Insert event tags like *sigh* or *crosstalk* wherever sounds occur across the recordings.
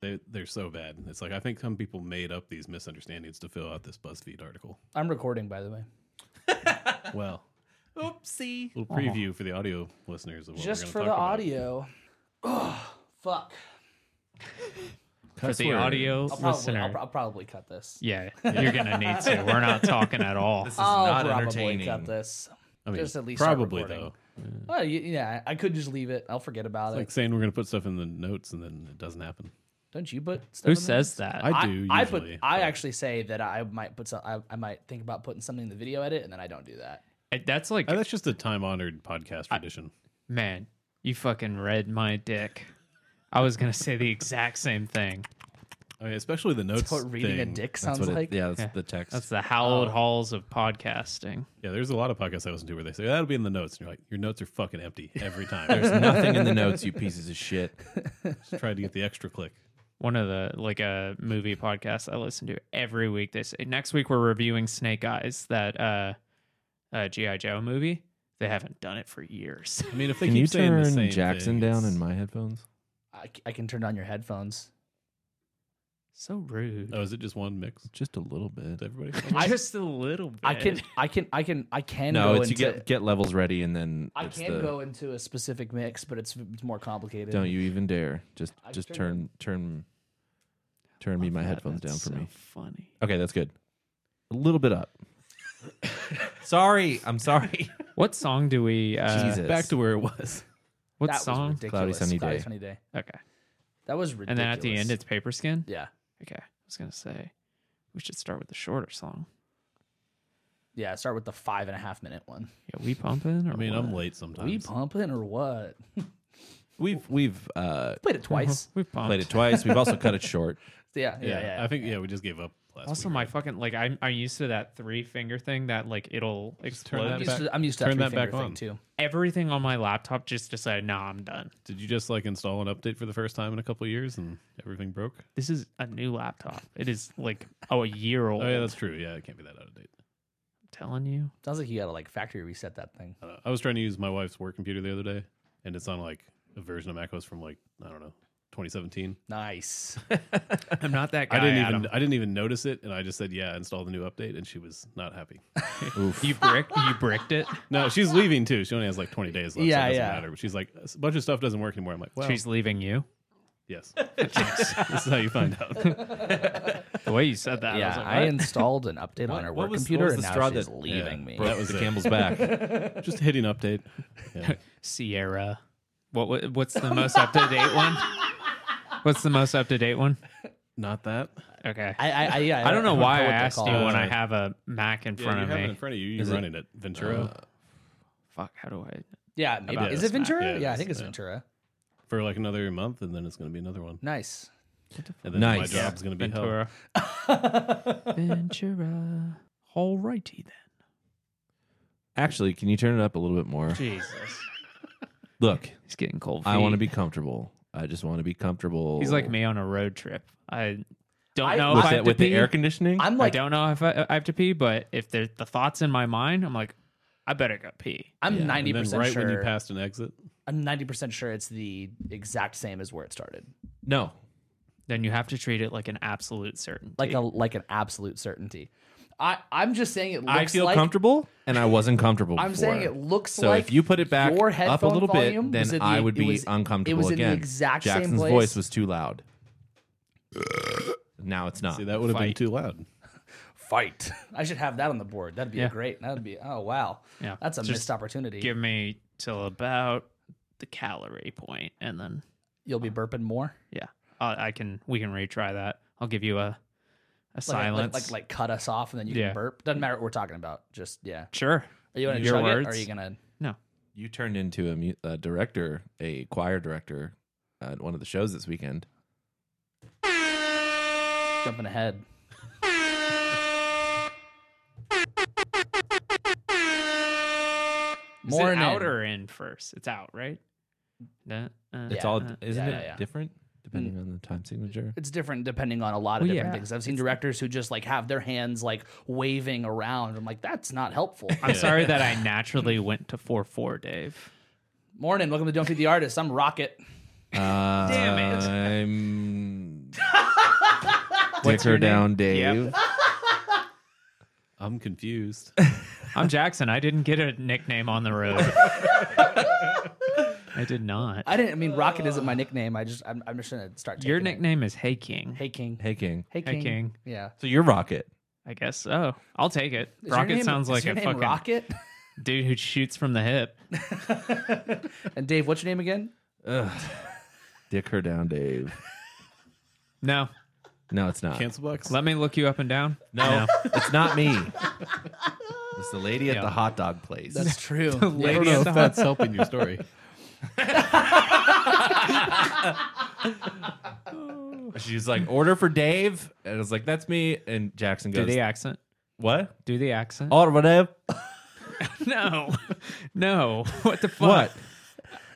They they're so bad. It's like I think some people made up these misunderstandings to fill out this BuzzFeed *laughs* article. I'm recording, by the way. Well, Oopsie. little preview for the audio listeners of what Just we're for gonna the talk about. audio. Ugh, fuck. For Cuss the word. audio I'll probably, listener. I'll, pro- I'll probably cut this. yeah, you're going to need to. *laughs* We're not talking at all. This is I'll not probably entertaining. cut this. I mean, Just at least start probably recording. though. Well, y- yeah, I could just leave it. I'll forget about It's it. like saying we're gonna put stuff in the notes and then it doesn't happen. Don't you put? Stuff Who in there? says that? I do I, put. usually. I actually say that I might put some. I, I might think about putting something in the video edit, and then I don't do that. I- that's like, Uh, that's just a time honored podcast tradition. man, you fucking read my dick. I was going to say the exact same thing. I mean, especially the notes. That's what reading thing. a dick That's sounds what it, like. yeah, that's Yeah. the text. That's the hallowed Oh. halls of podcasting. Yeah, there's a lot of podcasts I listen to where they say that'll be in the notes, and you're like, your notes are fucking empty every time. *laughs* There's There's *laughs* nothing in the notes, you pieces of shit. just trying to get the extra click. One of the like a movie podcast I listen to every week. They say next week we're reviewing Snake Eyes, that uh, uh GI Joe movie. They haven't done it for years. *laughs* I mean, if *laughs* they Can keep you saying the turn same Jackson thing, down it's- in my headphones? I, c- I can turn on your headphones. So rude. Oh, is it just one mix Just a little to bit. everybody? *laughs* Just a little bit. I *laughs* can. I can. I can. I can No, go it's you into. get get levels ready and then I it's can the, go into a specific mix, but it's, it's more complicated. Don't you even dare. Just I just turned turn turn turn me my headphones down for me. Funny. Okay, that's good. A little *laughs* bit up. sorry, I'm *laughs* sorry. What song do we? Uh, Jesus. Back to where it was. What That was song? ridiculous. Cloudy Sunny Day. Okay. That was ridiculous. And then at the end, it's Paper Skin. yeah, Okay. I was gonna say we should start with the shorter song. yeah. Start with the five and a half minute one. Yeah, we pumping. Or I mean, what? I'm late Are sometimes. we pumping or what? We've we've uh, Played it twice. We pumped. played it twice. We've *laughs* also cut it short. yeah, yeah, yeah. yeah, I think yeah, we just gave up last Also, week. my fucking like I'm I'm used to that three finger thing that like it'll turn explode. that I'm back- used to, I'm used to that turn three that back finger thing on. too. Everything on my laptop just decided, nah, I'm done. Did you just like install an update for the first time in a couple of years and everything broke? This is a new laptop. It is like oh a year old. Oh yeah, that's true. Yeah, it can't be that out of date. I'm telling *laughs* you. Sounds like you gotta like factory reset that thing. I, don't know. I was trying to use my wife's work computer the other day, and it's on like a version of macOS from like I don't know, 2017. *laughs* Nice. I'm not that guy. I didn't even Adam. I didn't even notice it, and I just said, "Yeah, install the new update," and she was not happy. Oof. You brick you bricked it. No, she's leaving too. She only has like 20 days left. so Yeah, it doesn't yeah. matter. But she's like, a bunch of stuff doesn't work anymore. I'm like, *laughs* well, She's *laughs* leaving you. yes. this is how you find out. *laughs* The way you said that, I was yeah, like, I what? installed an update What- on her what work was- what computer, was and the now straw she's that- leaving me. Broke was the it. *laughs* camel's back. Just hitting update. Yeah. Sierra. What, what what's the most up to date one? What's the most up to date one? Not that. Okay. I, I, I, I, yeah, don't know recall why *laughs* I what they're asked you called. when I have a Mac in Yeah, front you of have me. it in front of you. You're Is it- running it, Ventura Uh, Fuck, how do I Yeah, maybe. About Is this it Ventura? back. Yeah, Yeah, I this- think it's yeah. Ventura. for like another month, and then it's going to be another one. Nice. And then Nice. my job's going to be hell. Ventura? Ventura. Alrighty then. Actually, can you turn it up a little bit more? Jesus. Look, He's getting cold. I want to feet. be comfortable. I just want to be comfortable. He's like me on a road trip. I don't I- know with, if I that, have with to the pee. air conditioning. I'm I like, don't know if I, I have to pee, but if there's the thoughts in my mind, I'm like, I better go pee. I'm ninety And then percent right sure. when you passed an exit, I'm ninety percent sure it's the exact same as where it started. no, Then you have to treat it like an absolute certainty. Like a like an absolute certainty. I I'm just saying it looks I feel like. comfortable, and I wasn't comfortable. I'm before. saying it looks So like if you put it back your up a headphone little volume bit, then was in the- I would it be was- uncomfortable it was in the again. exact same Jackson's place. voice was too loud. now it's not. see that would have been Fight. too loud. fight. I should have that on the board. That'd be Yeah. a great. That'd be oh wow. Yeah. That's a Just missed opportunity. give me till about the calorie point and then You'll be burping more. yeah i i can we can retry that i'll give you a a Like, like- silence Like, like cut us off and then you can Yeah. burp. Doesn't matter what we're talking about. Just yeah. sure Are you gonna Your chug it, or are words. you gonna? no You turned into a, mu- a director, a choir director, uh, at one of the shows this weekend. jumping ahead. Is it Morning. out or in first it's out right Nah, uh, It's Yeah. Uh-huh. all uh, isn't yeah, Hmm. it yeah. different depending on the time signature? It's different depending on a lot of Well, different yeah. things. I've seen directors who just like have their hands like waving around. I'm like, that's not helpful. i'm sorry that i naturally went to 4-4 dave Morning, welcome to Don't Feed the Artist. I'm Rocket. *laughs* Damn it! I'm What's Dicker your name? down, Yep. Dave. I'm *laughs* confused. I'm Jackson. I didn't get a nickname on the road. I did not. I didn't. I mean, Rocket isn't my nickname. I just I'm, I'm just gonna start. Taking Your it. nickname is Hey King. Hey King. Hey, King. Hey Hey King. King. Yeah. So you're Rocket. I guess so. I'll take it. Is your Rocket name- sounds is like your a name fucking Rocket. *laughs* dude who shoots from the hip. and Dave, what's your name again? Dick her down, Dave. No. No, it's not. Cancel box. Let me look you up and down. No, it's not me. It's the lady at the hot dog place. *laughs* That's true. I don't Lady know at if the hot. that's helping your *laughs* story. *laughs* She's like, order for Dave. And I was like, that's me. And Jackson Do goes, the accent. what? Do the accent. Order for Dave. *laughs* No. No. What the fuck? What?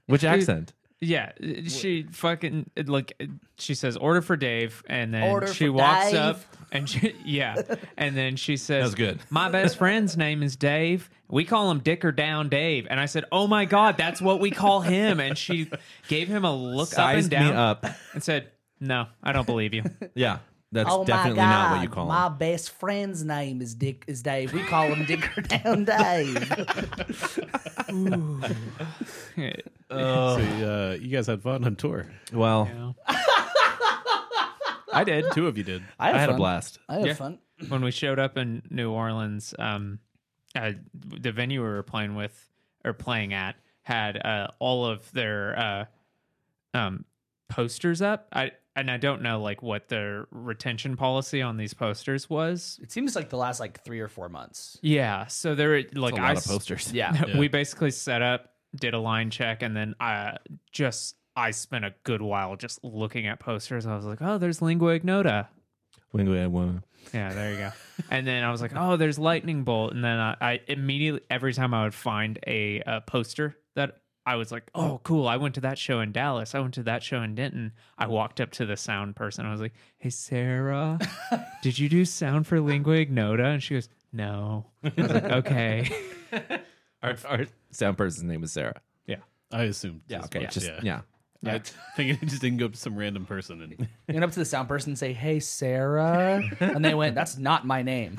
Which accent? Yeah, uh, she fucking uh, like uh, she says order for Dave, and then Order she for walks Dave. up and she, *laughs* yeah, and then she says, was good. My best friend's name is Dave. We call him Dick or Down Dave." And I said, "Oh my god, that's what we call him." And she gave him a look up and Sized down me up. and said, "No, I don't believe you." *laughs* Yeah, that's definitely not what you call Oh My him. best friend's name is Dick is Dave. We call him *laughs* Dicker Down Dave. So, uh, you guys had fun on tour. Well, I did Two of you did. I had a fun. blast. I had Yeah. fun. when we showed up in New Orleans, um, uh, the venue we were playing with or playing at had uh, all of their uh, um, posters up. I and I don't know like what their retention policy on these posters was. It seems like the last like three or four months. Yeah, so there were like a lot I of s- *laughs* posters. *laughs* Yeah. we basically set up, did a line check, and then I just I spent a good while just looking at posters. I was like, oh, there's lingua ignota. Wing, wing, wing. Yeah, there you go. and then I was like, oh, there's lightning bolt. And then I, I immediately every time I would find a, uh poster that I was like, oh, cool. I went to that show in Dallas. I went to that show in Denton. I walked up to the sound person. I was like, hey, *laughs* Sarah, did you do sound for lingua ignota? And she goes, no. I *laughs* was like, okay. Our, our sound person's name is Sarah. I assumed. Yeah, as okay. much, Just, yeah. I think it just didn't go up to some random person and You went up to the sound person and say, Hey *laughs* Sarah. And they went, That's not my name.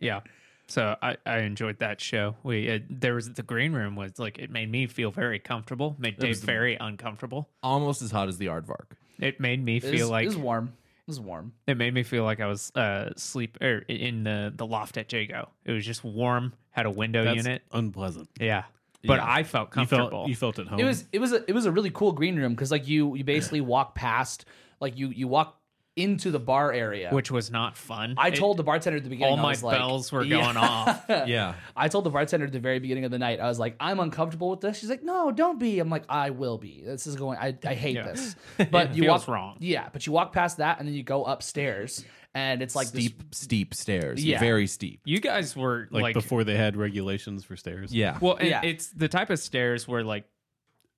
Yeah. So I, I enjoyed that show. We uh, there was the green room was like it made me feel very comfortable. Made Dave very uncomfortable. Almost as hot as the Aardvark. It made me It feel was, like it was warm. It was warm. It made me feel like I was uh sleep or in the the loft at Jago. It was just warm, had a window that's unit. unpleasant. Yeah. But I felt You comfortable. felt you felt at Oh. home. It was it was a, it was a really cool green room because like you you basically walk past like you you walk into the bar area. which was not fun. I It- told the bartender at the beginning all I my was like, bells were Yeah. *laughs* going off. Yeah. I told the bartender at the very beginning of the night, I was like, I'm uncomfortable with this. She's like, No, don't be. I'm like, I will be. This is going. I, I hate Yeah. this. But *laughs* It you feels walk wrong. Yeah, but you walk past that and then you go upstairs and it's like this- steep, steep stairs. Yeah. Very steep. You guys were like, like, before they had regulations for stairs. Yeah. Well, and Yeah. it's the type of stairs where like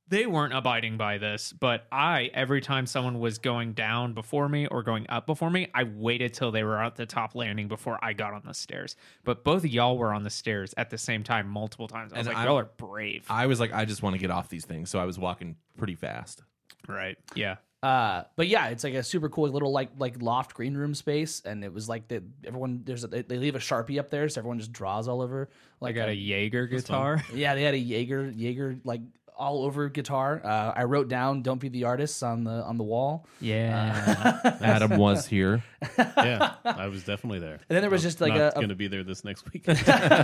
they weren't abiding by this, but I every time someone was going down before me or going up before me, I waited till they were at the top landing before I got on the stairs. But both of y'all were on the stairs at the same time multiple times. I was And like, I'm- y'all are brave. I was like, I just want to get off these things. So I was walking pretty fast. right. Yeah. Uh, but yeah, it's like a super cool little like like loft green room space, and it was like the everyone there's a, they, they leave a sharpie up there, so everyone just draws all over. I Like got a Jaeger guitar. *laughs* yeah, they had a Jaeger Jaeger like all over guitar. Uh, I wrote down "Don't be the artist" on the on the wall, Yeah. *laughs* Adam was here. yeah, *laughs* I was definitely there. and then there was just like a, Not a going to be there this next *laughs* week.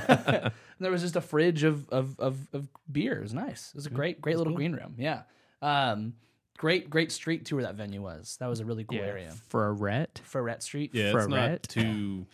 there was just a fridge of of of, of beer. It was nice. It was a great great little green room. Yeah, um, great great street tour that venue was. That was a really cool area. Ferret. Ferret Street. yeah, it's not Ferret. too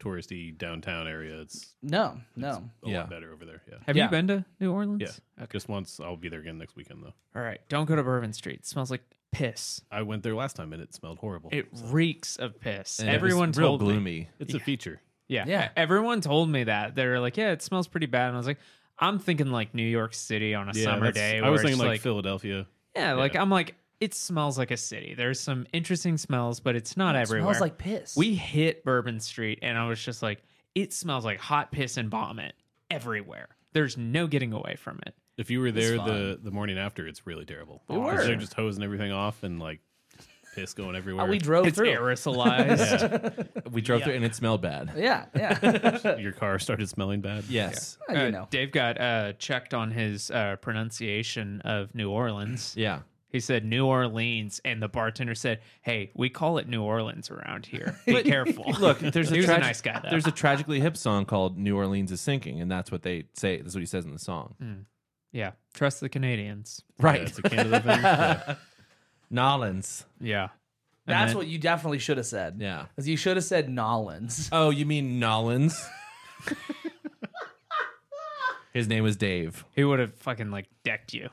touristy downtown area. It's No, no. a Yeah. lot better over there. Yeah. Have Yeah. you been to New Orleans? Yeah. Just once. I'll be there again next weekend though. All right. Don't go to Bourbon Street. It smells like piss. I went there last time and it smelled horrible. It reeks of piss. And it was Everyone real told me. gloomy. it's a feature. Yeah. Yeah. Everyone told me that. They were like, yeah, it smells pretty bad. And I was like, I'm thinking like New York City on a Yeah, summer that's- day. I where was it's thinking like, like, Philadelphia. yeah, like yeah. I'm like, it smells like a city. There's some interesting smells, but it's not It everywhere. Smells like piss. we hit Bourbon Street and I was just like, it smells like hot piss and vomit everywhere. There's no getting away from it. If you were there the the morning after, it's really terrible. were. They're just hosing everything off and like piss going everywhere. Oh, we drove It's through. aerosolized. yeah, We drove through and it smelled bad. Yeah, *laughs* yeah. your car started smelling bad. Yes. Oh, you Uh, know. Dave got uh, checked on his uh, pronunciation of New Orleans. Yeah. He said New Orleans, and the bartender said, "Hey, we call it New Orleans around here. Be careful." Look, there's a, *laughs* He was a tragi- nice guy, though. There's a tragically hip song called "New Orleans is Sinking," and that's what they say. That's what he says in the song. Mm. yeah, trust the Canadians. Yeah, it's a Canada thing. Yeah. Nolans. Yeah, And That's then- what you definitely should have said. Yeah. 'Cause you should have said Nolans. *laughs* Oh, you mean Nolans? His name was Dave. he would have fucking like decked you.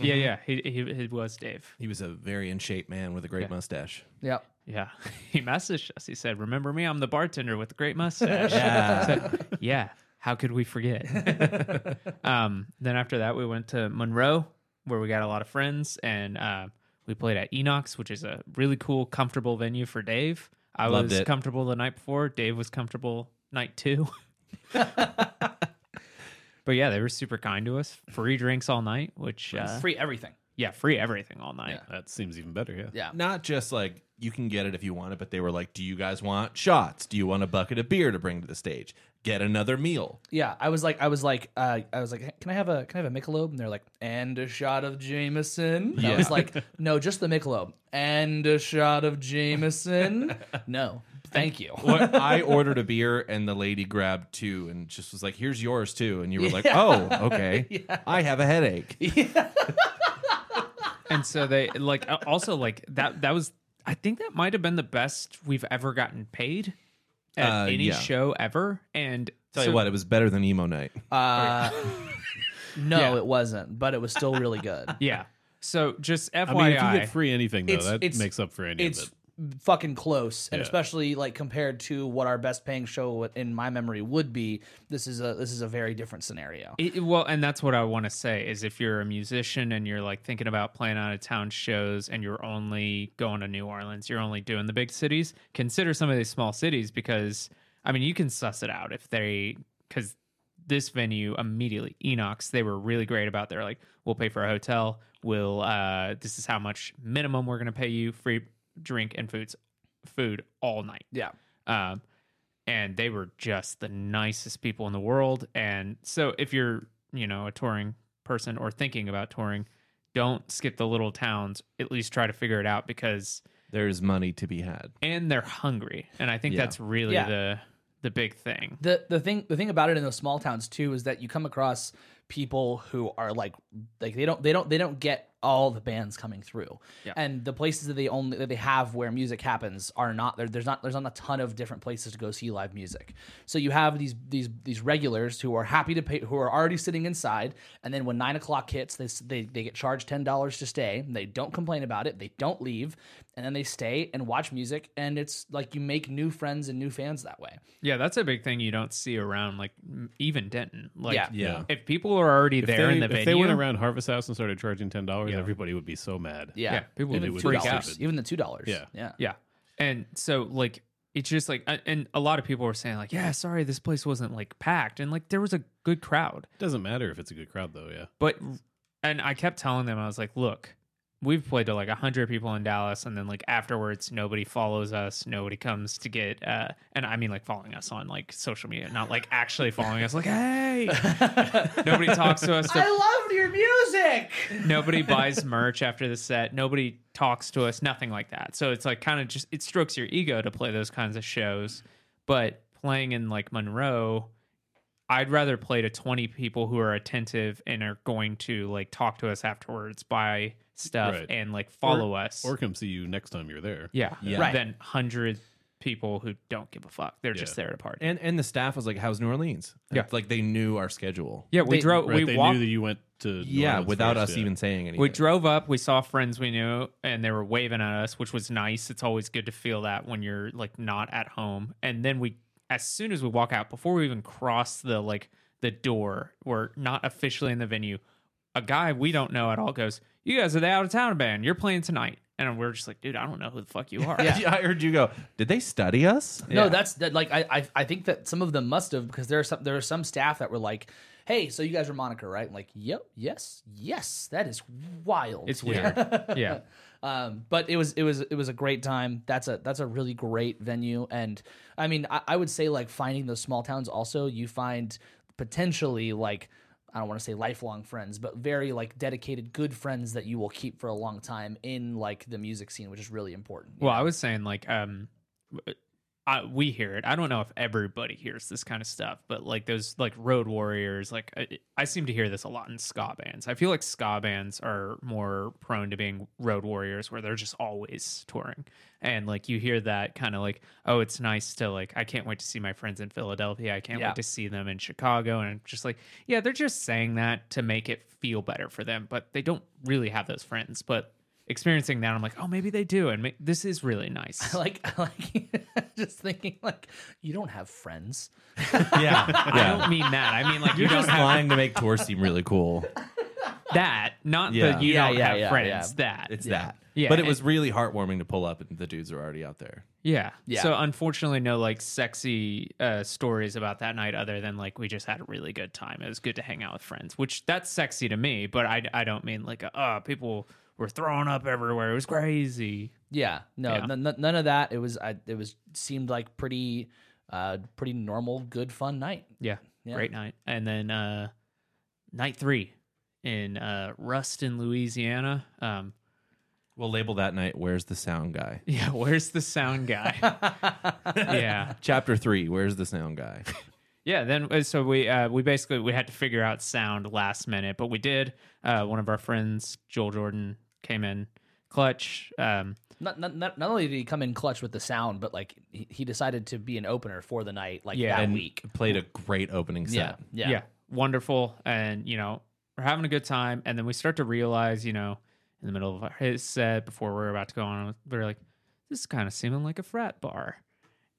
Yeah, yeah, he, he he was Dave. He was a very in shape man with a great mustache. Yep. Yeah, *laughs* he messaged us. He said, "Remember me? I'm the bartender with *laughs* the great mustache." Yeah. yeah how could *laughs* we forget um then after that we went to monroe where we got a lot of friends and uh, we played at enox which is a really cool comfortable venue for dave i Loved was it. comfortable the night before dave was comfortable night two *laughs* but yeah they were super kind to us free drinks all night which uh, Free everything. yeah free everything all night That seems even better. Yeah. Yeah. Not just like you can get it if you want it, but they were like, "Do you guys want shots? Do you want a bucket of beer to bring to the stage? Get another meal." Yeah. I was like, I was like, uh, I was like, can I have a, can I have a Michelob? And they're like, and a shot of Jameson. And I was like, *laughs* no, just the Michelob. And a shot of *laughs* Jameson. no, thank you. *laughs* What I ordered a beer and the lady grabbed two and just was like, "Here's yours too," and you were like, Yeah. "Oh, *laughs* okay. I have a *laughs* headache." and so they like uh, also like that that was i think that might have been the best we've ever gotten paid at Uh, any yeah. show ever and Tell so- you what, it was better than emo night. *laughs* Uh, no, Yeah. it wasn't, but it was still really good. *laughs* yeah so just fyi I mean, if you get free anything though, It's- that it's- makes up for any of it's it. fucking close and Yeah. especially like compared to what our best paying show in my memory would be this is a this is a very different scenario It- it- well, and that's what I want to say is if you're a musician and you're like thinking about playing out of town shows and you're only going to New Orleans, you're only doing the big cities, consider some of these small cities because I mean, you can suss it out if they because this venue immediately Enox, they were really great about they're like, we'll pay for a hotel, we'll uh this is how much minimum we're gonna pay you, free drink and foods food all night. yeah Um, and they were just the nicest people in the world. And so if you're, you know, a touring person or thinking about touring, don't skip the little towns. At least try to figure it out because There's money to be had. and they're hungry. And I think Yeah. that's really Yeah. the the big thing. the the thing the thing about it in those small towns too is that you come across people who are like like they don't they don't they don't get all the bands coming through Yeah. and the places that they only that they have where music happens are not there there's not there's not a ton of different places to go see live music so you have these these these regulars who are happy to pay who are already sitting inside and then when nine o'clock hits they s- they, they get charged ten dollars to stay they don't complain about it they don't leave and then they stay and watch music and it's like you make new friends and new fans that way Yeah, that's a big thing you don't see around like m- even Denton. Like Yeah. Yeah. if people are already If there they, in the if venue, they went around Harvest House and started charging ten dollars, Yeah. everybody would be so mad. Yeah. Yeah, people even would two freak dollars. out. Even the two dollars. Yeah. Yeah. Yeah. And so like it's just like a- and a lot of people were saying like, "Yeah, sorry, this place wasn't like packed." And like there was a good crowd. Doesn't matter if it's a good crowd though. Yeah. But and I kept telling them I was like, "Look, we've played to like 100 people in Dallas and then like afterwards nobody follows us, nobody comes to get uh and I mean like following us on like social media, not like actually following us like, "Hey." nobody talks to us. The- loved your music. nobody buys merch after the set nobody talks to us nothing like that so it's like kind of just it strokes your ego to play those kinds of shows but playing in like monroe i'd rather play to 20 people who are attentive and are going to like talk to us afterwards buy stuff Right. and like follow us Or come see you next time you're there. yeah, Yeah. Right. than 100 people who don't give a fuck they're just Yeah. there to party And and the staff was like, "How's New Orleans?" And Yeah. it's like they knew our schedule. yeah we They- drove Right. we they walked knew that you went to. New Yeah, Orleans without first, us yeah. even saying anything. We drove up, we saw friends we knew, and they were waving at us, which was nice. It's always good to feel that when you're like not at home. And then we, as soon as we walk out, before we even cross the like the door, we're not officially in the venue. A guy we don't know at all goes, "You guys are the out of town band. You're playing tonight." And we're just like, dude, I don't know who the fuck you are. Yeah. I heard you go. Did they study us? No, that's that. Like, I, I, I think that some of them must have because there are some there are some staff that were like, "Hey, so you guys are Monica, right?" I'm like, "Yep, yes, yes." That is wild. It's weird. yeah. *laughs* Um, but it was it was it was a great time. That's a that's a really great venue, and I mean I, I would say like finding those small towns. Also, you find potentially like I don't want to say lifelong friends, but very like dedicated good friends that you will keep for a long time in like the music scene, which is really important. Well, I was saying like um I, we hear it. I don't know if everybody hears this kind of stuff, but like those like road warriors, like I, I seem to hear this a lot in ska bands. I feel like ska bands are more prone to being road warriors where they're just always touring. And like you hear that kind of like, oh, it's nice to like I can't wait to see my friends in Philadelphia. I can't Yeah. wait to see them in Chicago and I'm just like, yeah, they're just saying that to make it feel better for them, but they don't really have those friends. But experiencing that, I'm like, oh, maybe they do, and ma- this is *laughs* really nice. like I like just thinking like you don't have friends. Yeah, *laughs* I don't mean that. I mean like *laughs* you You're don't just have lying to make tour seem really cool. that, not Yeah. that you Yeah, don't yeah, have yeah, friends. yeah. That It's Yeah. that. Yeah, but it and- was really heartwarming to pull up, and the dudes are already out there. yeah. Yeah. So unfortunately, no like sexy uh, stories about that night, other than like we just had a really good time. It was good to hang out with friends, which that's sexy to me. But I I don't mean like uh people were throwing up everywhere. It was crazy. Yeah, no, Yeah. n- n- none of that. It was I, it was seemed like pretty, uh, pretty normal, good fun night. Yeah. Yeah. Great night. And then uh night three in uh Ruston, Louisiana. Um *laughs* We'll label that night. Where's the sound guy? yeah, where's the sound guy? yeah. Chapter three. Where's the sound guy? *laughs* Yeah, then uh, so we uh, we basically we had to figure out sound last minute, but we did. Uh, one of our friends, Joel Jordan, came in clutch. Um, Not, not, not, not only did he come in clutch with the sound, but like he, he decided to be an opener for the night, like Yeah. that And week. Played a great opening set. Yeah, yeah, yeah, wonderful, and you know we're having a good time, and then we start to realize, you know, in the middle of his set before we're about to go on, we're like, this is kind of seeming like a frat bar,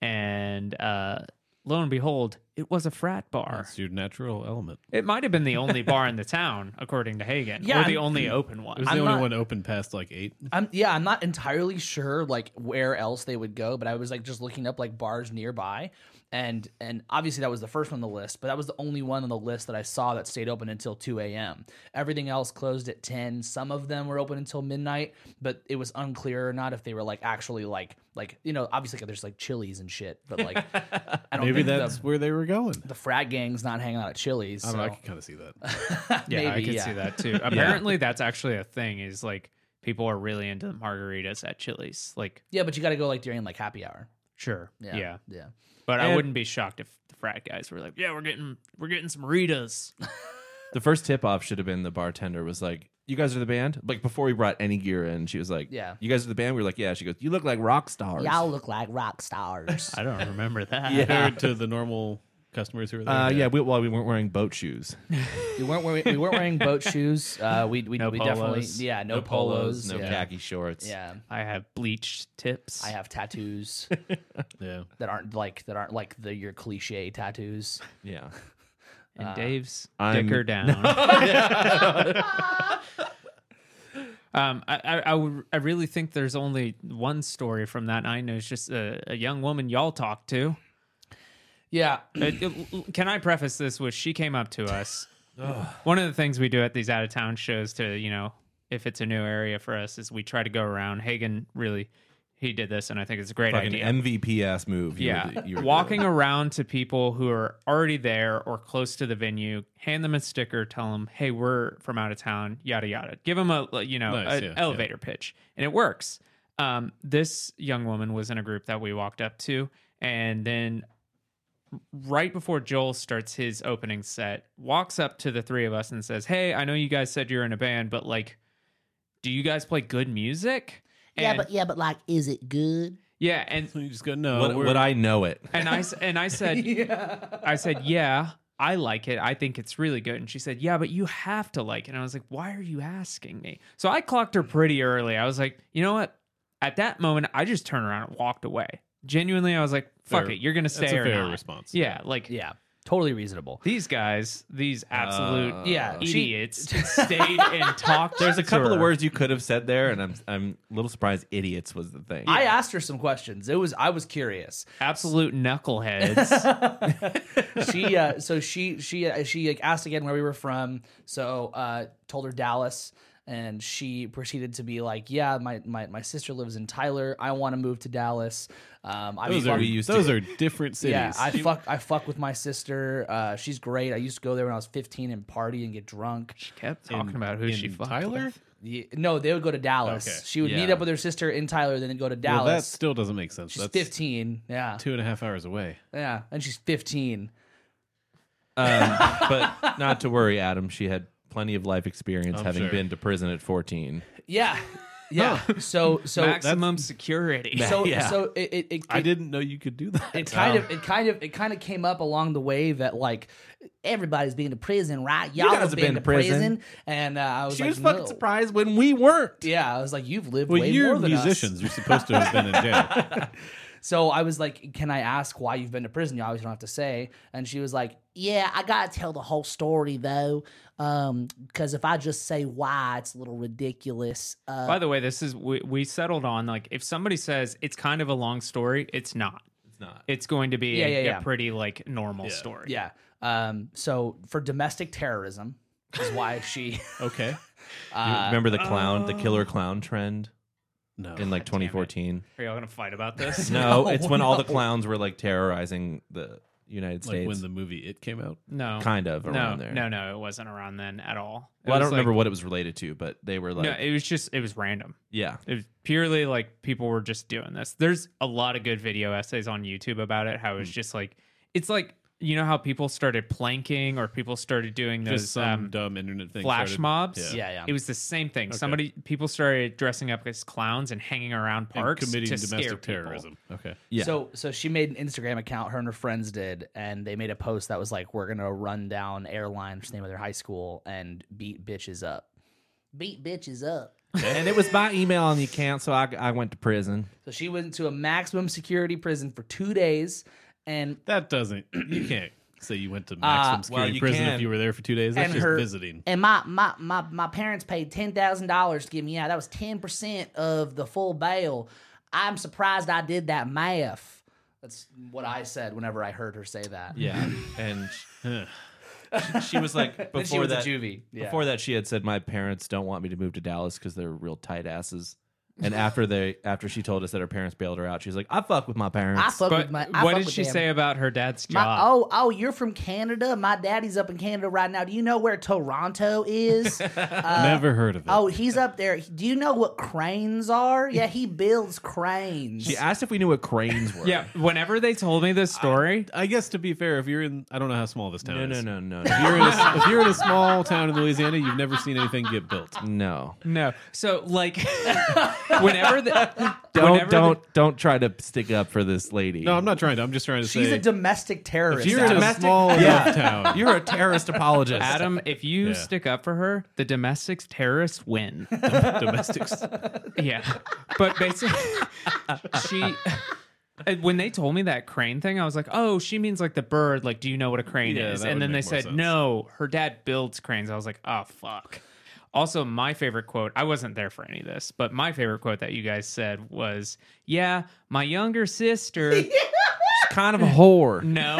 and uh, lo and behold, it was a frat bar. It's your natural element. It might have been the *laughs* only bar in the town, according to Hagen, Yeah, mm, or the I'm- only open one. It was the I'm only not- one open past like *laughs* eight. I'm yeah, I'm not entirely sure like where else they would go, but I was like just looking up like bars nearby, and and obviously that was the first one on the list, but that was the only one on the list that I saw that stayed open until 2 a.m. Everything else closed at 10. Some of them were open until midnight, but it was unclear or not if they were like actually like like you know obviously there's like Chili's and shit, but like I don't Maybe think that's the, where they were going. the frat gang's not hanging out at Chili's. I don't know. I so- can kind of see *laughs* that. Yeah, I Maybe, can yeah. see *laughs* that too. Apparently, that's actually a thing. Is like people are really into margaritas at Chili's. Like, yeah, but you got to go like during like happy hour. sure, yeah, Yeah, yeah. but I And- wouldn't be shocked if the frat guys were like, "Yeah, we're getting we're getting some ritas." The first tip off should have been the bartender was like, "You guys are the band." Like before we brought any gear in, she was like, Yeah. you guys are the band." We were like, "Yeah." She goes, "You look like rock stars." Y'all look like rock stars. I don't *laughs* remember that. Compared to the normal customers who were there. Uh, yeah. we, well, we weren't wearing boat shoes. We weren't wearing, we weren't wearing boat shoes. Uh, we we, No we definitely polos. yeah no, polos, no yeah. khaki shorts. yeah. I have bleached tips. I have tattoos yeah. that aren't like that aren't like the your cliche tattoos. yeah. and Dave's I'm- dicker down. *laughs* um, I, I, I, would- I really think there's only one story from that. I know it's just a, a young woman y'all talked to. *laughs* Yeah, It- it- uh, can I preface this with she came up to us. One of the things we do at these out of town shows to, you know, if it's a new area for us is we try to go around. Hagen really he did this and I think it's a great Like an idea. MVP ass move. You yeah. were- you were Walking around to people who are already there or close to the venue, hand them a sticker, tell them, "Hey, we're from out of town." Yada yada. Give them a, you know, Nice, an yeah, yeah. elevator pitch. And it works. Um, this young woman was in a group that we walked up to and then right before Joel starts his opening set, walks up to the three of us and says, "Hey, I know you guys said you're in a band, but like, do you guys play good music?" Yeah, And- but yeah, but like, is it good? yeah, and So you just go, no. Would, we're- would I know it? and I s- and I said, I said, yeah, I like it. I think it's really good. And she said, yeah, but you have to like it. And I was like, why are you asking me? So I clocked her pretty early. I was like, you know what? At that moment, I just turned around and walked away. Genuinely, I was like, fuck Fair. it, you're gonna stay That's a or fair not. response. Yeah, like yeah, Totally reasonable. These guys, these absolute Uh, yeah, she- idiots, stayed and talked. There's a to couple of her. words you could have said there, and I'm I'm a little surprised idiots was the thing. I asked her some questions. It was I was curious. Absolute knuckleheads. she uh, so she she uh, she like asked again where we were from. So uh, told her Dallas, and she proceeded to be like, "Yeah, my my, my sister lives in Tyler. I want to move to Dallas. Um, I Those are fuck- we used to- those are different cities. yeah, I fuck I fuck with my sister. Uh, she's great. I used to go there when I was 15 and party and get drunk. she kept talking about who in she fucked. Tyler. with. Yeah, no, they would go to Dallas. Okay, She would meet yeah. up with her sister in Tyler, then go to Well, that Dallas. still doesn't make sense. she's That's 15. Yeah, two and a half hours away. yeah, and she's 15. Um, but not to worry, Adam. She had plenty of life experience, I'm having sure. been to prison at 14. Yeah, yeah. Oh. So *laughs* so. Maximum security. so yeah. so it, it, it, I didn't know you could do that. it kind of it kind of it kind of came up along the way that like everybody's been to prison right y'all guys have been, to prison, prison. and uh, i was She like was fucking no. surprised when we weren't. yeah i was like you've lived Well, way you're more than us. musicians. You're supposed to have been in *laughs* jail. so i was like can i ask why you've been to prison you obviously don't have to say and she was like Yeah, I gotta tell the whole story though, um, because if I just say why, it's a little ridiculous. Uh, By the way, this is we, we settled on like if somebody says it's kind of a long story, it's not. It's not. It's going to be Yeah, a, yeah, a yeah. pretty like normal story. yeah um so for domestic terrorism is why she *laughs* Okay. You remember the clown, the killer clown trend No. in like 2014? Are y'all gonna fight about *laughs* this? No, it's when all the clowns were like terrorizing the United like States. when the movie It came out. no, kind of no, around there. No, no, it wasn't around then at all. It Well, I was, don't remember like- what it was related to, but they were like, no, it was just it was random. yeah. It was purely like people were just doing this. There's a lot of good video essays on YouTube about it. How it's just like it's like you know how people started planking or people started doing those Just some um, dumb internet thing. flash started- mobs. Yeah, yeah. It was the same thing. Somebody people started dressing up as clowns and hanging around and parks committing to scare domestic people. terrorism. Okay. Yeah. So so she made an Instagram account, her and her friends did, and they made a post that was like, We're gonna run down airline, which is the name of their high school, and beat bitches up. beat bitches up. and it was by email on the account, so I, I went to prison. So she went to a maximum security prison for two days and That doesn't. *clears throat* You can't say you went to maximum well, security you prison can. if you were there for two days. That's And just her- visiting. And my my my, my parents paid ten thousand dollars to get me out. That was ten percent of the full bail. I'm surprised I did that math. That's what I said whenever I heard her say that. Yeah. *laughs* and she, she was *laughs* like, Then she before went to that, juvie. Yeah. Before that, she had said, "My parents don't want me to move to Dallas because they're real tight asses." And after they, after she told us that her parents bailed her out, she's like, "I fuck with my parents." I fuck But with my. I what fuck did with she them. say about her dad's job? My, oh, oh, you're from Canada. My daddy's up in Canada right now. Do you know where Toronto is? Never heard of it. oh, he's up there. Do you know what cranes are? Yeah, he builds cranes. she asked if we knew what cranes were. Yeah, whenever they told me this story, I guess to be fair, if you're in, I don't know how small this town No, is. no, no, no, If *laughs* no. you're, in a, if you're in a small town in Louisiana, you've never seen anything get built. no. no. So *laughs* like, whenever the Don't, whenever the- don't, don't try to stick up for this lady. No, I'm not trying to. I'm just trying to She's say a domestic terrorist. if you're in a domestic- small Yeah. enough town, *laughs* You're a terrorist apologist, Adam, if you Yeah. stick up for her, the domestic terrorists win. domestics. yeah, but basically, *laughs* she. and When they told me that crane thing, I was like, "Oh, she means like the bird. Like, do you know what a crane Yeah, is?" that And would then they make more said, sense. "No, her dad builds cranes." I was like, "Oh, fuck." Also, my favorite quote, I wasn't there for any of this, but my favorite quote that you guys said was, Yeah, my *laughs* younger sister. kind of a whore. no,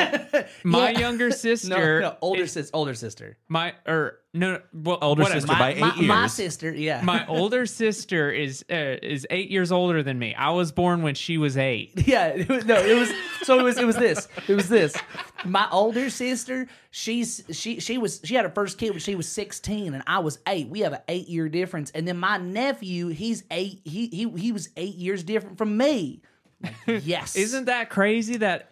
my younger no, sister. no, older sis older sister. My, or, no, no, well, Older whatever. sister My- by eight my, years. my sister, yeah. *laughs* my older sister is uh, is eight years older than me. I was born when she was eight. *laughs* Yeah, it was, no, it was so it was it was this. It was this. my older sister, she's she she was she had her first kid when she was sixteen, and I was eight. We have an eight year difference, and then my nephew, he's eight. He he he was eight years different from *laughs* me. Like, yes, Isn't that crazy? *laughs* That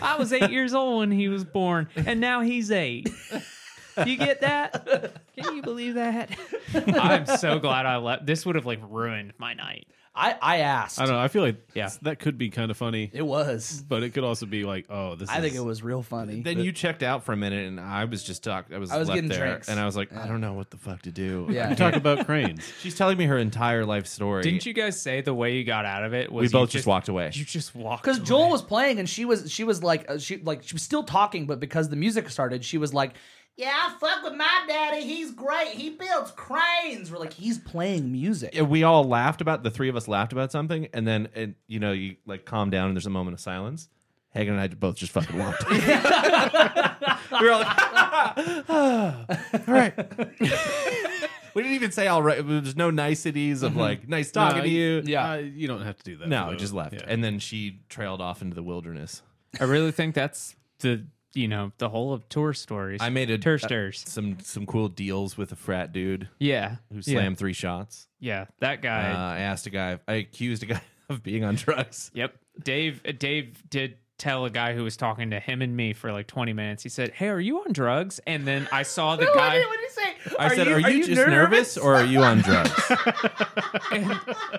I was eight years old when he was born, and now he's eight. You get that? Can you believe that? I'm so glad I left. This would have like ruined my night. I, I asked. I don't know. I feel like Yeah. that could be kind of funny, it was. but it could also be like, oh, this. I is, think it was real funny. Then you checked out for a minute, and I was just talking. I was, I was left getting there, drinks. and I was like, I don't know what the fuck to do. Yeah. We talk about cranes. she's telling me her entire life story. Didn't you guys say the way you got out of it was We you both just, walked away. You just walked because away. Joel was playing and she was she was like uh, she like she was still talking, but because the music started, she was like, "Yeah, I fuck with my daddy. He's great. He builds cranes." We're like, "He's playing music." Yeah, we all laughed about the three of us laughed about something, and then it, you know you like calm down, and there's a moment of silence. Hagen and I both just fucking walked. *laughs* we were all like, "Ah, all right. *laughs* we didn't even say all right. There's no niceties of like nice talking No, to you. Yeah, you don't have to do that. No, for we just those. left, Yeah. and then she trailed off into the wilderness. I really think that's the you know the whole of tour stories. I made a tour stories. some some cool deals with a frat dude yeah, who yeah, slammed three shots. Yeah, that Uh, guy. I asked a guy. I accused a guy *laughs* of being on drugs. Yep. Dave uh, Dave did tell a guy who was talking to him and me for like 20 minutes. He said, "Hey, are you on drugs?" And then I saw the guy What did you say? I said, "Are you, just nervous or are you *laughs* on drugs?" *laughs*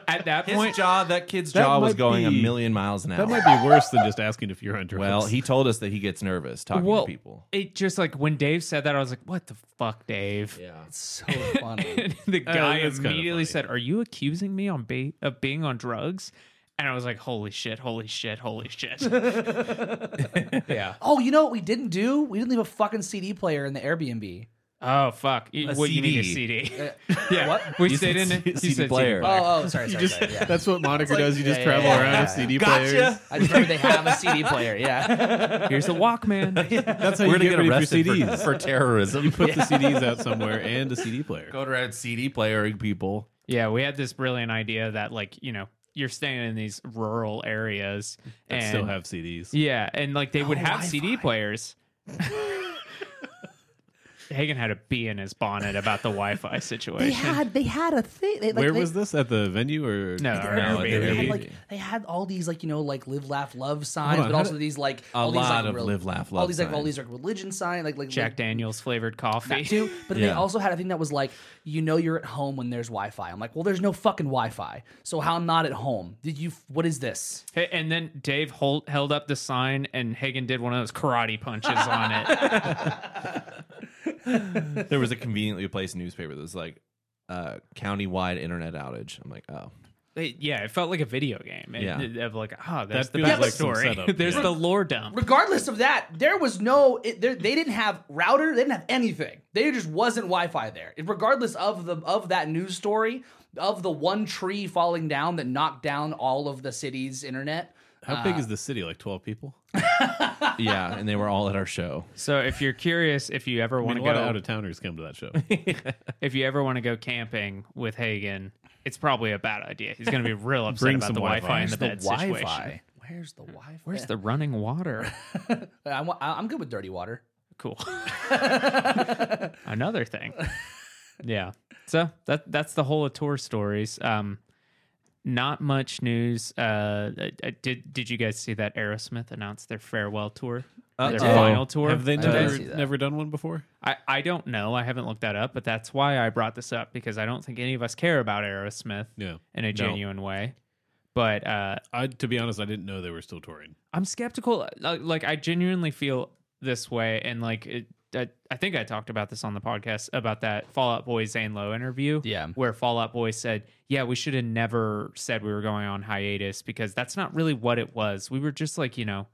at that His point. jaw, that kid's That jaw was might going be- a million miles an hour. That might be worse than just asking if you're on drugs. well, he told us that he gets nervous talking to people. it just like when Dave said that, I was like, "What the fuck, Dave?" Yeah. So funny. *laughs* *laughs* And the Oh, guy that's kinda immediately funny. said, "Are you accusing me on be- of being on drugs?" And I was like, "Holy shit! Holy shit! Holy shit!" yeah. oh, you know what we didn't do? We didn't leave a fucking CD player in the Airbnb. Oh fuck! You, well, you need a CD. *laughs* yeah. what? We You stayed in said it. C- CD You said player. Oh, oh, sorry, sorry, *laughs* just, sorry. Yeah. that's what Monica does. You just yeah, travel yeah, around yeah. with CD *laughs* players. Gotcha. I just remember they have a CD player. *laughs* Yeah. Here's a Walkman. That's how you We're gonna get, get rid of arrested your for, *laughs* CDs. for terrorism. Put the CDs out somewhere and a CD player. *laughs* Go around CD playering people. Yeah, we had this brilliant idea that like, you know, you're staying in these rural areas And and still have CDs. Yeah, and like they would have CD players. *laughs* Hagen had a bee in his bonnet about the Wi-Fi They situation. had they had a thing. They, like, Where they, was this at the venue or no, our No, Airbnb. They had, Airbnb. like they had all these like you know like live laugh love signs, Hold on, but how also did- these like A all these, lot like, of rel- live, laugh, all love these like all signs. these like religion signs like like Jack like, Daniels flavored coffee. too. But then they Yeah. also had a thing that was like, you know, you're at home when there's Wi-Fi. I'm like, well, there's no fucking Wi-Fi. So how I'm not at home? Did you? What is this? Hey, *laughs* and then Dave hold, held up the sign, and Hagen did one of those karate punches on *laughs* it. There was a conveniently placed newspaper that was like uh, county-wide internet outage. I'm like, oh, It- yeah, it felt like a video game. It- Yeah. it- of like, oh, that's That the feels backstory. like some setup, *laughs* There's yeah. the lore dump. Regardless of that, there was no. It, there, they didn't have router. They didn't have anything. There just wasn't Wi-Fi there. It- regardless of the of that news story of the one tree falling down that knocked down all of the city's internet. How big is the city? Like twelve people. yeah. And they were all at our show. So if you're curious, if you ever I want mean, a lot to of go out of towners come to that show. if you ever want to go camping with Hagen, it's probably a bad idea. He's *laughs* going to be real upset Bring about some the Wi-Fi, Wi-Fi. in the bed situation. Wi-Fi? Where's the Wi-Fi? Where's the running water? I wa- I- I'm good with dirty water. *laughs* Cool. Another thing. *laughs* Yeah. So that that's the whole of tour stories. Um, not much news. Uh, uh, did did you guys see that Aerosmith announced their farewell tour, their Uh-oh. final tour? Uh, oh. Have they didn't never, see that. never done one before? I, I don't know. I haven't looked that up, but that's why I brought this up because I don't think any of us care about Aerosmith Yeah. in a genuine way. But uh, I, to be honest, I didn't know they were still touring. I'm skeptical. Like, like, I genuinely feel this way, and like it, I, I think I talked about this on the podcast about that Fallout Boy Zane Lowe interview. Yeah. where Fallout Boy said, "Yeah, we should have never said we were going on hiatus because that's not really what it was. We were just like you know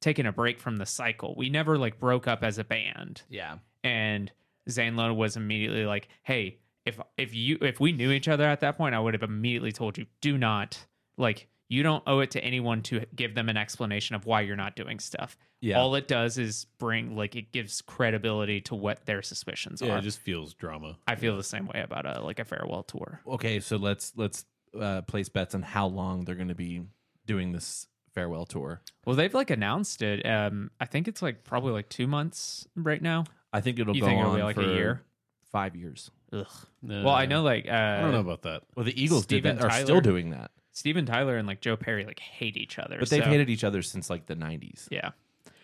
taking a break from the cycle. We never like broke up as a band." Yeah. and Zane Lowe was immediately like, "Hey, if if you if we knew each other at that point, I would have immediately told you, do not like you don't owe it to anyone to give them an explanation of why you're not doing stuff. Yeah. All it does is bring like it gives credibility to what their suspicions Yeah, are. it just feels drama. I feel the same way about a like a farewell tour. okay, so let's let's uh, place bets on how long they're going to be doing this farewell tour. Well, they've like announced it. Um, I think it's like probably like two months right now. I think it'll You go think it'll on be like a for year? five years. Ugh. No, Well, I know like uh, I don't know about that. Well, the Eagles Steven did that, are Tyler. still doing that, Steven Tyler and like Joe Perry like hate each other. but they've so- hated each other since like the '90s. Yeah.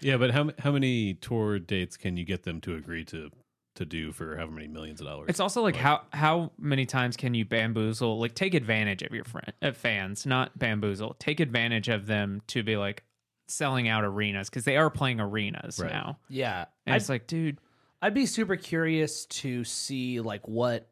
Yeah, but how how many tour dates can you get them to agree to to do for however many millions of dollars. It's also like how how many times can you bamboozle? Like take advantage of your friend of fans, not bamboozle. Take advantage of them to be like selling out arenas because they are playing arenas Right. now. Yeah, And I'd, it's like, dude, I'd be super curious to see like what,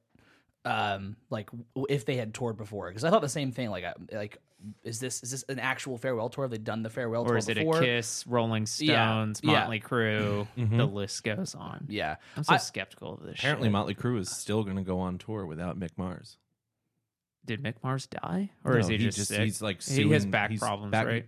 um, like w- if they had toured before because I thought the same thing. Like, I, like is this is this an actual farewell tour? Have they done the farewell tour or is it before? a Kiss, Rolling Stones, Yeah. Motley Crue? The list goes on. Yeah, I'm so I- skeptical of this. Mm-hmm. Apparently, shit. Motley Crue is still going to go on tour without Mick Mars. did Mick Mars die, or is No, he, just, sick? He's like He suing, has back he's problems, back- right?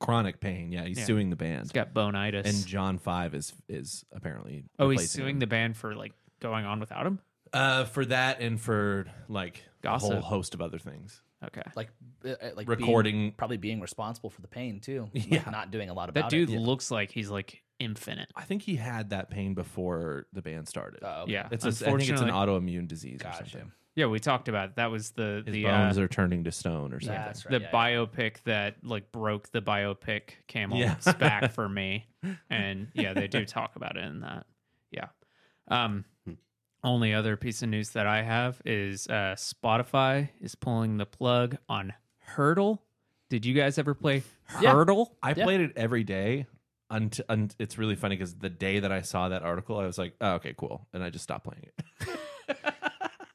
Chronic pain. Yeah, he's Yeah. suing the band. He's got bonitis. and John Five is is apparently. oh, he's replacing suing him. the band for like going on without him. uh, for that and for like a Gossip. whole host of other things. Okay, like uh, uh, like being- Recording. probably being responsible for the pain *laughs* too. Like, Yeah. not doing a lot about that dude It. looks like he's like infinite. I think he had that pain before the band started. Oh, okay. Yeah, it's a, I think it's an autoimmune disease or Gotcha. something. Yeah, we talked about it. that was the His the uh, bones are turning to stone or something. Yeah, that's right. the yeah, yeah. biopic that like broke the biopic camel Yeah. *laughs* back for me, and yeah, they do talk about it in that. Yeah. Um, only other piece of news that I have is uh, Spotify is pulling the plug on Hurdle. Did you guys ever play Yeah. Hurdle? I played it every day. Unt- un- it's really funny because the day that I saw that article, I was like, oh, okay, cool. And I just stopped playing *laughs* it.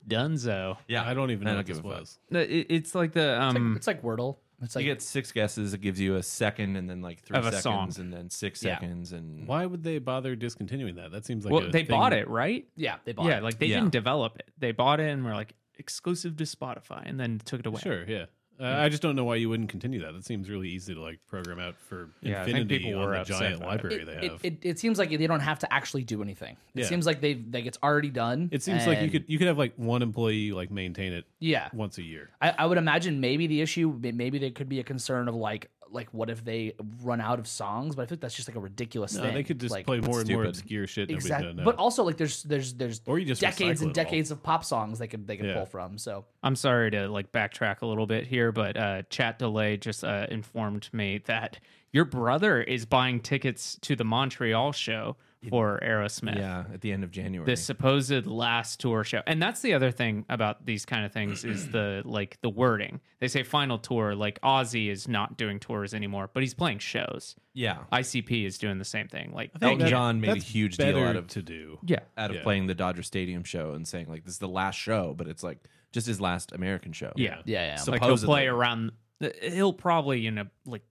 Dunzo. Yeah. I don't even know I what don't this give a fuck. was. No, it- It's like the It's like, um. it's like Wordle. It's like you get six guesses. It gives you a second and then like three Of a seconds song. and then six Yeah. seconds. And Why would they bother discontinuing that? That seems like well, a they thing bought that- it, right? yeah, they bought. yeah, it. like they Yeah. didn't develop it. They bought it and were like exclusive to Spotify, and then took it away. Sure, yeah. Uh, Mm. I just don't know why you wouldn't continue that. That seems really easy to like program out for Yeah, I think infinity people on were the upset giant about it. library it, they have. It, it, it seems like they don't have to actually do anything. It Yeah. seems like they like it's already done. It seems like you and- could you could have like one employee like maintain it Yeah, once a year. I, I would imagine maybe the issue may- maybe there could be a concern of like like what if they run out of songs? But I think that's just like a ridiculous No, thing. Uh, they could just like, play more and more stupid. obscure shit. nobody's exactly. gonna know. But also like there's there's there's Or you just decades recycle and it all. decades of pop songs they could they could Yeah. pull from. So I'm sorry to like backtrack a little bit here, but uh, chat delay just uh, informed me that your brother is buying tickets to the Montreal show for Aerosmith. yeah, at the end of January. The supposed last tour show. And that's the other thing about these kind of things is the like the wording. They say final tour, like Ozzy is not doing tours anymore, but he's playing shows. yeah. ICP is doing the same thing. Like Elton That- John made a that's huge better deal out of to do. Yeah. out of Yeah. playing the Dodger Stadium show and saying like this is the last show, but it's like just his last American show. Yeah. yeah, yeah. So- like he'll Supposedly. play around he'll probably you know like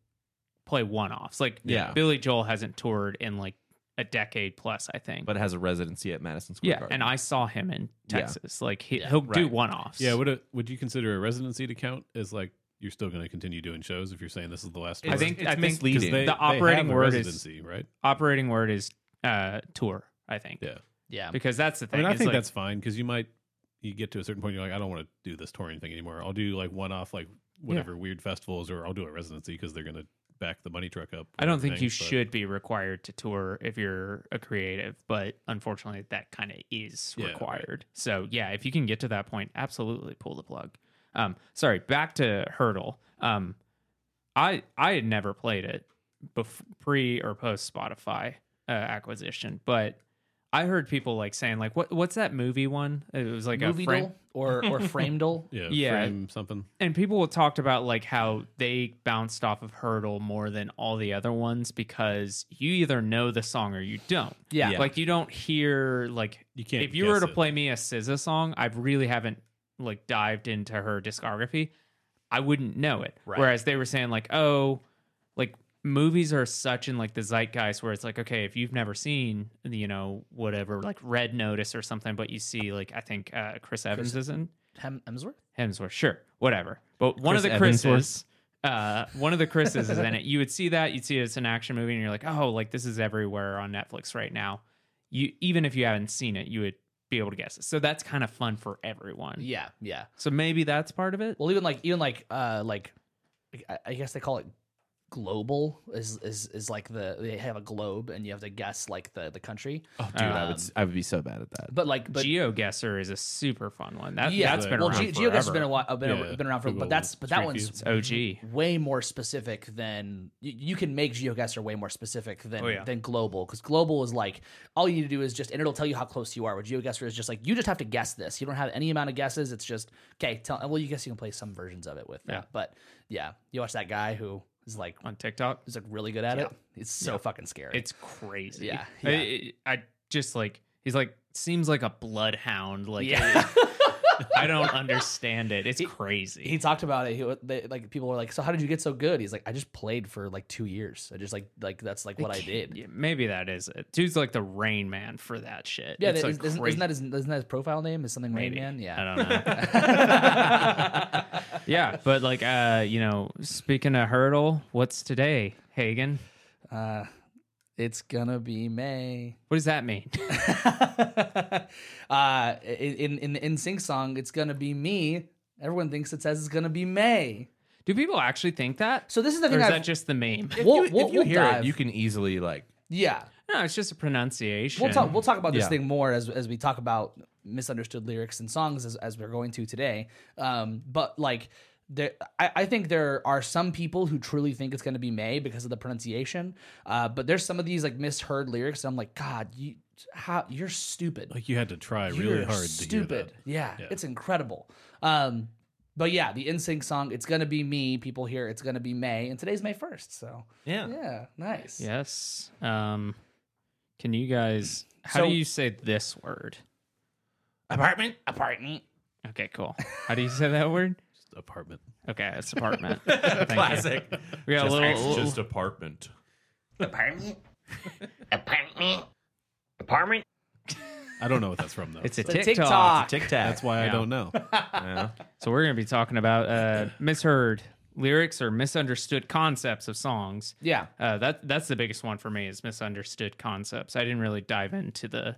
play one-offs like Yeah. billy joel hasn't toured in like a decade plus i think but has a residency at Madison Square yeah Garden. and i saw him in Yeah. texas like he, he'll do right. one-offs Yeah, would it, would you consider a residency to count as like you're still going to continue doing shows if you're saying this is the last? It's- tour? I think- it's I think Because misleading. they- The they operating have a word is- residency, right? operating word is uh tour i think Yeah, yeah. because that's the I thing mean, I it's think like- that's fine because you might you get to a certain point, you're like, I don't want to do this touring thing anymore. I'll do like one off, like whatever weird festivals, or I'll do a residency because they're going to back the money truck up. i don't think everything, you but- should be required to tour if you're a creative but unfortunately that kind of is Yeah, right. required so yeah if you can get to that point absolutely pull the plug um sorry back to hurdle um I I had never played it bef- pre or post Spotify uh, acquisition, but I heard people like saying like what what's that movie one? It was like a Movie frame, or *laughs* or Framedle. Yeah, Yeah. frame something. and people talked about like how they bounced off of Hurdle more than all the other ones because you either know the song or you don't. Yeah. Yeah. like you don't hear like You can't If you were guess to it. play me a SZA song, I really haven't like dived into her discography. I wouldn't know it. Whereas they were saying like, oh, like movies are such in like the zeitgeist where it's like, okay, if you've never seen you know whatever like Red Notice or something, but you see like I think uh, Chris Evans is in Hem, Hemsworth. Hemsworth, sure, whatever. But one of Chris the Chris's, uh, one of the Chris's is in it. You would see that, you'd see it's an action movie, and you're like, oh, like this is everywhere on Netflix right now. You even if you haven't seen it, you would be able to guess it. So that's kind of fun for everyone. Yeah, yeah. So maybe that's part of it. Well, even like even like uh like I, I guess they call it global is is is like the they have a globe and you have to guess like the the country. Oh, Dude, I would s- I would be so bad at that. But like but GeoGuessr is a super fun one. That, yeah, that's been well, around Ge- forever. GeoGuessr has been a while, been, Yeah, been around for, Google but that's but that Street one's View. OG. way more specific than you, you can make geoguesser way more specific than Oh, yeah. than global because global is like all you need to do is just and it'll tell you how close you are. Where geoguesser is just like you just have to guess this. You don't have any amount of guesses. It's just okay. Tell well, you guess you can play some versions of it with that, Yeah. but yeah, you watch that guy who is like on TikTok. is like really good at it. It's so fucking scary. It's crazy. Yeah, I, I I just like he's like seems like a bloodhound. Like yeah. I don't *laughs* understand it. It's crazy. he talked about it. He wa- they, like people were like, "So how did you get so good?" He's like, "I just played for like two years. I just like like that's like *laughs* what I did." Yeah, maybe that is it. Dude's like the Rain Man for that shit. Yeah, It's, that- like, isn't, isn't crazy. that his isn't that his profile name? Is something Rain Maybe. Man? Yeah, *laughs* *laughs* I don't know. yeah, but like uh, you know, speaking of hurdle, what's today, Hagen? Uh, *laughs* it's gonna be May. What does that mean? *laughs* uh, in in in sync song, it's gonna be me. Everyone thinks it says it's gonna be May. Do people actually think that? So this is the or thing is I've that just the meme? If We'll- you, if we'll- you we'll hear dive. it, you can easily like. yeah. *laughs* No, it's just a pronunciation. We'll talk. We'll talk about this Yeah. thing more as as we talk about misunderstood lyrics and songs as, as we're going to today. Um, but like. There, I, I think there are some people who truly think it's going to be May because of the pronunciation, uh, but there's some of these like misheard lyrics. And I'm like, God, you, how you're stupid. Like you had to try really You're hard to hear Stupid. that. Yeah, it's incredible. Um, but yeah, the NSYNC song, it's gonna be me. People here, it's gonna be May, and today's May first. So Yeah. yeah, nice. Yes. Um, can you guys? How So- do you say this word? *laughs* Apartment. Apartment. Okay, cool. How do you say that word? Apartment. Okay, it's apartment. *laughs* Thank you. Classic. We got a little. It's just apartment. apartment, apartment, apartment. I don't know what that's from though. It's a The TikTok. TikTok. Tic Tac. that's why I Yeah. don't know. *laughs* Yeah. So we're gonna be talking about uh, misheard lyrics or misunderstood concepts of songs. Yeah. Uh, that that's the biggest one for me is misunderstood concepts. I didn't really dive into the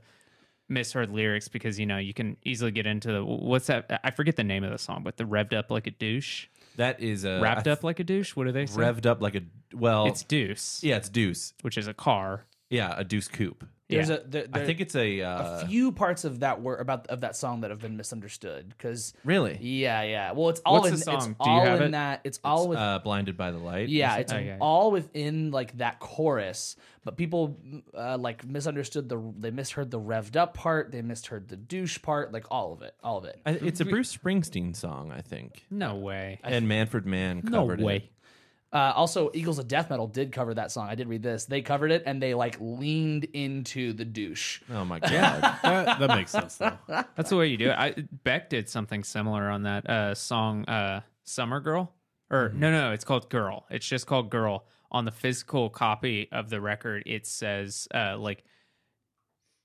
misheard lyrics because you know you can easily get into the what's that? I forget the name of the song, but the revved up like a douche, That is a wrapped up like a douche. What do they say? Uh, revved up like a well. it's deuce, yeah, it's Deuce. which is a car. Yeah, a Deuce coupe. There's Yeah. a there, I there- think it's a. a Uh, few parts of that word about of that song that have been misunderstood because really. yeah yeah well it's all What's in the song? Do it's you all have in it? that it's all with Uh, blinded by the light. Yeah, it's Okay. all within like that chorus, but people uh, like misunderstood the they misheard the revved up part, they misheard the douche part, like all of it, all of it. I, it's a Bruce Springsteen song, I think. No way. And Manfred Mann covered it. Uh, also, Eagles of Death Metal did cover that song. I did read this. They covered it and they like leaned into the douche. Oh *laughs* my god. that, that makes sense though. That's the way you do it. I, Beck did something similar on that uh, song uh, "Summer Girl," or no, no, it's called "Girl." It's just called "Girl." On the physical copy of the record, it says uh, like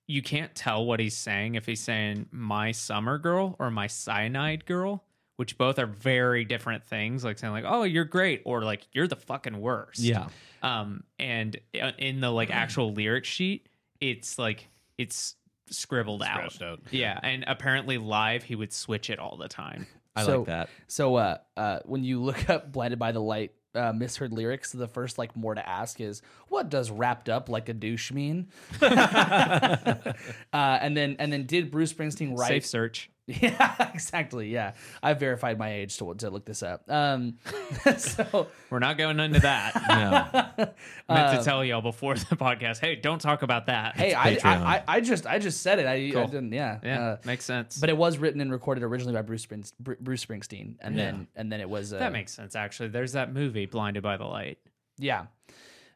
you can't tell what he's saying if he's saying "my summer girl" or "my cyanide girl," which both are very different things. Like saying like "oh, you're great" or like "you're the fucking worst." yeah. um and uh, in the like actual lyric sheet it's like it's scribbled out. Scratched *laughs* out. yeah and apparently live he would switch it all the time I So- like *laughs* that. So uh, uh, when you look up "Blinded by the Light," uh, misheard lyrics. The first like more to ask is, "What does wrapped up like a douche mean?" *laughs* uh, and then and then did Bruce Springsteen write? safe search *laughs* Yeah, exactly. Yeah, I verified my age to to look this up. Um, *laughs* so *laughs* um, we're not going into that No. meant to tell y'all before the podcast hey don't talk about that hey, I, I, Patreon. I I just I just said it. I, I Cool. didn't. Yeah. *laughs* yeah Uh, makes sense but it was written and recorded originally by Bruce Springs, Bru- Bruce Springsteen, and then and then it was uh, that makes sense actually there's that movie blinded by the light yeah,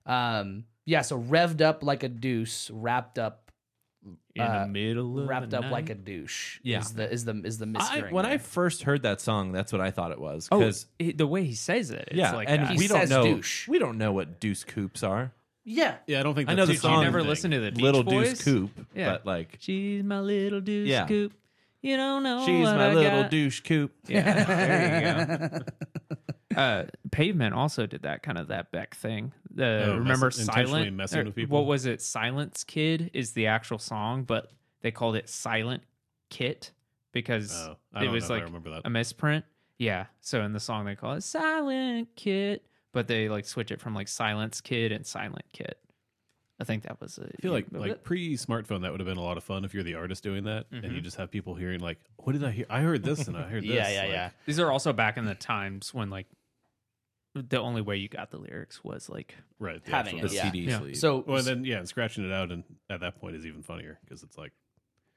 um, yeah. So revved up like a deuce, wrapped up in Uh, the middle of wrapped the up like a night. douche. Yeah. is the is the is the I, mishearing. when I there. first heard that song, that's what I thought it was. oh 'cause- it- the way he says it it's yeah, like and that. He we don't says know. douche. We don't know what Deuce Coops are. yeah, Yeah, I don't think I that's know the a Did you song common never thing. listen to the Beach Little Boys? Deuce Coop, Yeah. but like She's my little douche Yeah. scoop. You don't know. she's what my I little got. douche coop. Yeah, there you go. *laughs* uh, Pavement also did that kind of that Beck thing. The Oh, remember mess- intentionally silent. messing or with people? What was it? Silence Kid is the actual song, but they called it Silent Kit because Oh, I it don't was know if I like remember that. a misprint. Yeah. So in the song they call it Silent Kit, but they like switch it from like Silence Kid and Silent Kid. I think that was. A, I feel like like pre smartphone that would have been a lot of fun if you're the artist doing that and you just have people hearing like, "What did I hear? I heard this and I heard this." Mm-hmm. *laughs* Yeah, yeah, like, yeah. these are also back in the times when like the only way you got the lyrics was like Right, the Having actual- it, yeah. CD Yeah. sleeve. So, Well, and then yeah, and scratching it out, and at that point is even funnier because it's like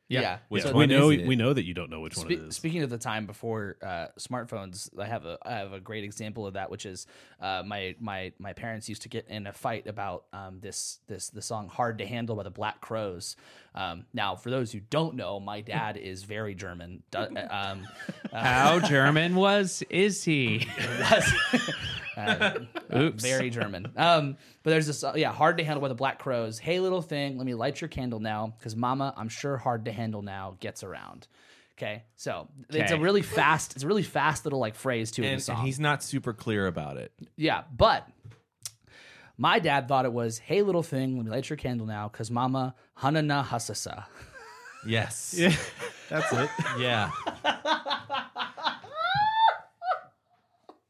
yeah. Which So- we one know is it? we know that you don't know which one it Spe- is. Speaking of the time before uh, smartphones, I have a I have a great example of that, which is uh, my my my parents used to get in a fight about um, this this the song "Hard to Handle" by the Black Crows. Um, now, for those who don't know, my dad is very German. Do- um, Uh, how German was is *laughs* he? *laughs* Oops. very German. Um, but there's this, uh, yeah, hard to handle by the Black Crows. Hey, little thing, let me light your candle now, because Mama, I'm sure hard to handle now gets around. Okay, so it's a Okay. really fast, it's a really fast little like phrase to it in the *laughs* and, song. and he's not super clear about it. yeah, but my dad thought it was, hey, little thing, let me light your candle now, because Mama, Hanana Hasasa. Yes. That's it. *laughs* yeah.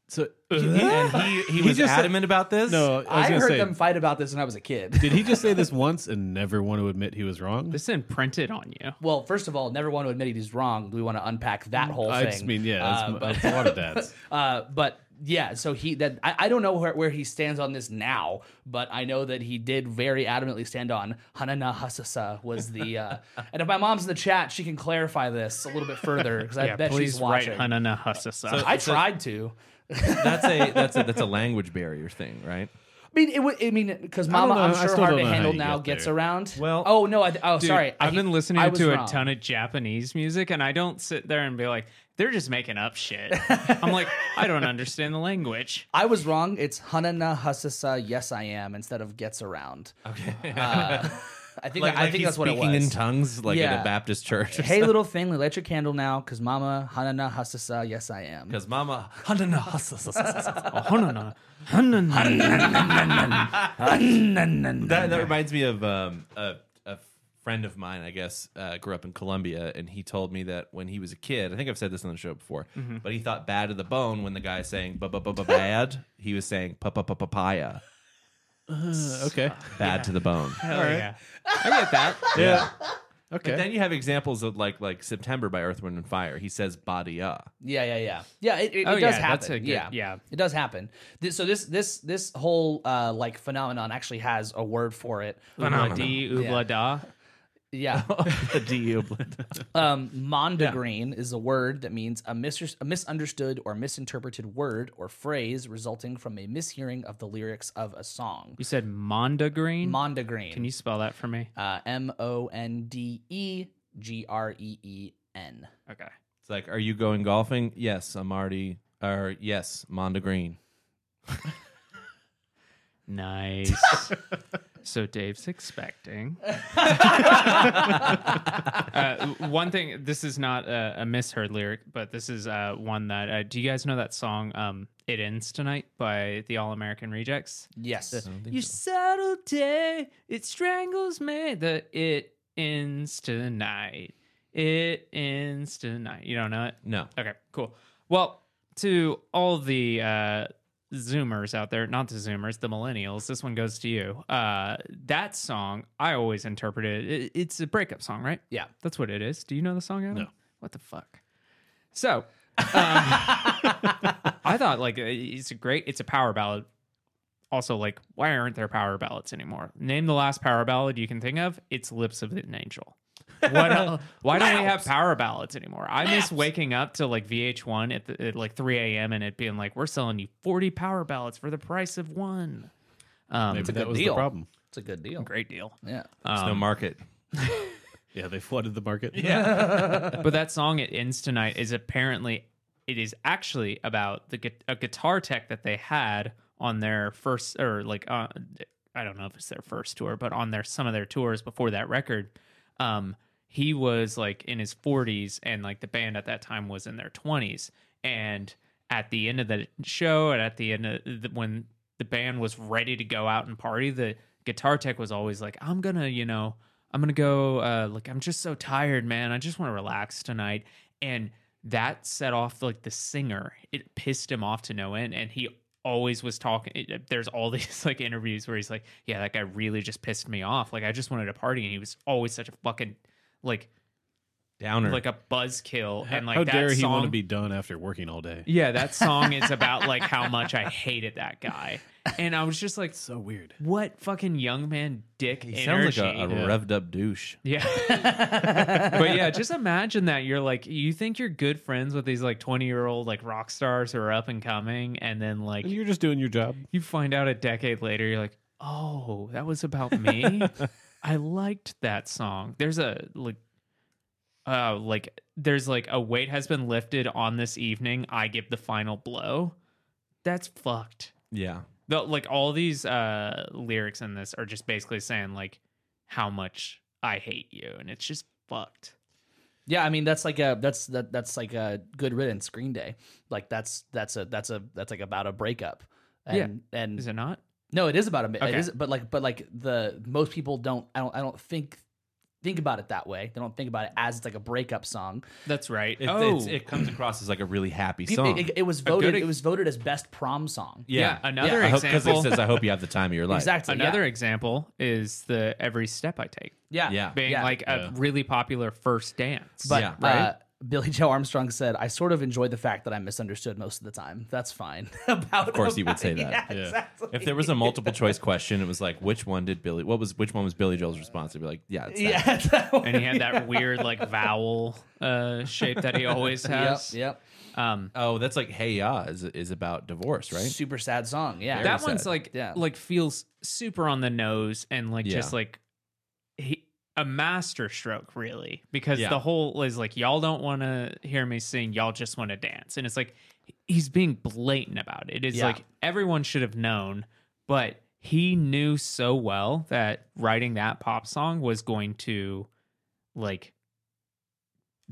So and he, he was just said- adamant about this. no, I I, was gonna heard say, them fight about this when I was a kid. *laughs* *laughs* did he just say this once and never want to admit he was wrong? This imprinted on you. well, first of all, never want to admit he's wrong. We want to unpack that whole Mm, I thing. just mean, yeah, that's, Uh, but- that's a lot of *laughs* dads. Uh, but yeah, so he that I, I don't know where, where he stands on this now, but I know that he did very adamantly stand on Hanana Hasasa was the uh, and if my mom's in the chat, she can clarify this a little bit further because I Yeah, bet please she's write watching. Hanana Hassasa. I tried to. *laughs* that's a that's a that's a language barrier thing, right? I mean, it would. I mean, because don't Mama, know. I'm I sure still hard don't to know how handle you now get gets there. around. Well- oh no, I, oh Dude, sorry, I've been listening to a ton of. of Japanese music, and I don't sit there and be like, they're just making up *laughs* shit. I'm like, I don't understand the language. I was wrong. It's Hanana Hasasa. Yes, I am. Instead of gets around. Okay. Uh, I think I think he's that's what it was. speaking in tongues, like at Yeah. a Baptist church. Hey, little thing, light your candle now, because Mama Hanana Hasasa, yes, I am. because *laughs* Mama, that, Oh, hanana, hanana. that reminds me of um, a, a friend of mine. I guess uh, grew up in Colombia, and he told me that when he was a kid, I think I've said this on the show before, but he thought "bad to the bone" when the guy saying "ba ba ba ba bad," he was saying "pa pa pa papaya," Uh, Okay, bad to the bone. Hell yeah. *laughs* I get that. yeah, But okay. then you have examples of like like September by Earth, Wind and Fire. He says "badia." Yeah, yeah, yeah, yeah. It, it, Oh, it does yeah, happen. that's a good- yeah, yeah. it does happen. This, so this this this whole uh, like phenomenon actually has a word for it. Ubla di, Yeah. ubla da. Yeah, *laughs* *laughs* The D um, mondegreen is a word that means a, mis- a misunderstood or misinterpreted word or phrase resulting from a mishearing of the lyrics of a song. You said Monda Green? Mondegreen. Can you spell that for me? Uh, M O N D E G R E E N. Okay. It's like, are you going golfing? Yes, I'm already. Or yes, Monda Green. *laughs* Nice. so Dave's *laughs* expecting. uh, one thing, this is not a, a misheard lyric, but this is uh, one that. Uh, do you guys know that song, um, It Ends Tonight by the All American Rejects? Yes. Your subtle day, it strangles me. The It Ends Tonight. It Ends Tonight. You don't know it? No, Okay, cool. Well, to all the uh, Zoomers out there, not the Zoomers, the Millennials, this one goes to you. Uh, that song, I always interpret it. i- It's a breakup song, right? Yeah. That's what it is. Do you know the song, Adam? No. What the fuck? So, um, *laughs* I thought like uh, it's a great, it's a power ballad. Also, like, why aren't there power ballads anymore? Name the last power ballad you can think of. It's "Lips of an Angel." What? *laughs* el- why don't we have power ballads anymore? I miss waking up to like VH1 at, the, at like 3 a.m. and it being like, "We're selling you 40 power ballads for the price of one." Um, Maybe that was deal. the problem. It's a good deal. great deal. Yeah. there's no market. Yeah, they flooded the market. *laughs* but that song it ends tonight is apparently it is actually about the gu- a guitar tech that they had on their first or like uh, I don't know if it's their first tour, but on their some of their tours before that record, um, he was like in his 40s and like the band at that time was in their 20s and at the end of the show and at the end of the, when the band was ready to go out and party, the guitar tech was always like, "I'm gonna, you know, I'm gonna go. Uh, like, I'm just so tired, man. I just want to relax tonight." And that set off like the singer. It pissed him off to no end, and he always was talking. There's all *laughs* these like interviews where he's like, "Yeah, that guy really just pissed me off. Like, I just wanted to party, and he was always such a fucking like Downer. like a buzzkill." How, And like how that dare song, he want to be done after working all day? Yeah, that song is about like how much I hated that guy, and I was just like, So weird. "What fucking young man dick he sounds energy?" like a, a Yeah. revved up douche. Yeah. but yeah, just imagine that you're like you think you're good friends with these like 20-year-old like rock stars who are up and coming and then like And you're just doing your job. you find out a decade later you're like, "Oh, that was about me. I liked that song." There's a like uh like there's like a weight has been lifted on this evening. I give the final blow. That's fucked Yeah. the, like all these uh lyrics in this are just basically saying like how much I hate you, and it's just fucked. Yeah, I mean that's like a that's that that's like a good riddance Green Day. Like that's that's a that's a that's like about a breakup. And and Is it not? no, it is about a mi- it Okay. is but like but like the most people don't I don't I don't think think about it that way. They don't think about it as it's like a breakup song. That's right. It, oh, it's, it comes across as like a really happy Peop- song. It, it- it was good voted ex- it was voted as best prom song. yeah. Another I hope- example. it says, "I hope you have the time of your life." Exactly. another example is the every step I take Yeah. Yeah. being Yeah. like a Yeah. really popular first dance. But Yeah. uh, Billy Joe Armstrong said, "I sort of enjoy the fact that I'm misunderstood most of the time. That's fine." *laughs* about Of course, he would say that. Yeah. If there was a multiple choice question, it was like, which one did Billy? What was which one was Billy Joel's response? He'd be like, "Yeah, it's *laughs* that. yeah, that one. and he had that weird like vowel uh, shape that he always Yep, has. yep. Um, Oh, that's like Hey Ya is is about divorce, right? Super sad song. Yeah. Very that one's sad. like Yeah. like feels super on the nose and like just Yeah. like he, a master stroke really because Yeah. the whole is like y'all don't want to hear me sing y'all just want to dance and it's like he's being blatant about it it's Yeah. like everyone should have known but he knew so well that writing that pop song was going to like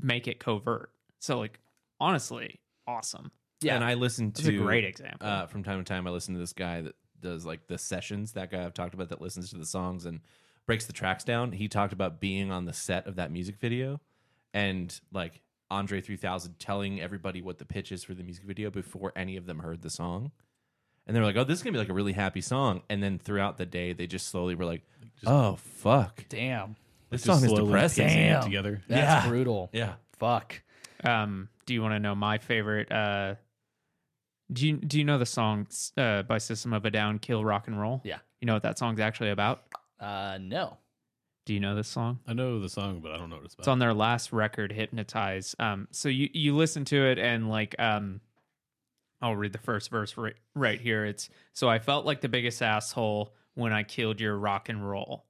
make it covert so like honestly awesome Yeah. And I listened to that's a great example uh, from time to time. I listen to this guy that does like the sessions. That guy I've talked about that listens to the songs and breaks the tracks down. He talked about being on the set of that music video and like Andre 3000 telling everybody what the pitch is for the music video before any of them heard the song. And they were like, "Oh, this is gonna be like a really happy song." And then throughout the day, they just slowly were like, "Oh fuck, Damn. this Just song is slowly depressing." piecing it Damn. Together. That's Yeah. brutal. Yeah, Fuck. Um, do you want to know my favorite? Uh, do you do you know the song uh, by System of a Down, "Kill Rock and Roll"? Yeah. You know what that song's actually about? Uh, no. Do you know this song? I know the song, but I don't know what it's about. It's on their last record, "Hypnotize." Um, so you you listen to it and like um, I'll read the first verse right, right here. It's so I felt like the biggest asshole when I killed your rock and roll,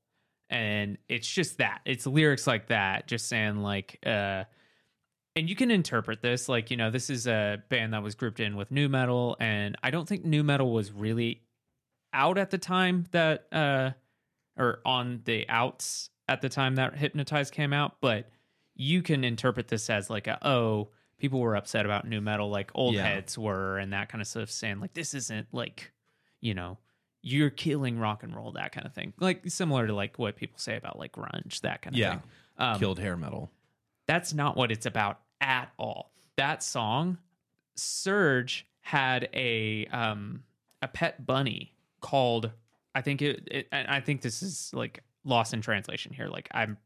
and it's just that. It's lyrics like that, just saying like uh, and you can interpret this like you know this is a band that was grouped in with new metal and i don't think new metal was really out at the time that uh or on the outs at the time that hypnotize came out but you can interpret this as like a oh people were upset about new metal like old Yeah. heads were and that kind of stuff saying like this isn't like you know you're killing rock and roll that kind of thing like similar to like what people say about like grunge that kind of Yeah. thing um, killed hair metal. that's not what it's about at all. That song, Surge had a um a pet bunny called I think it, it and I think this is like lost in translation here. Like I'm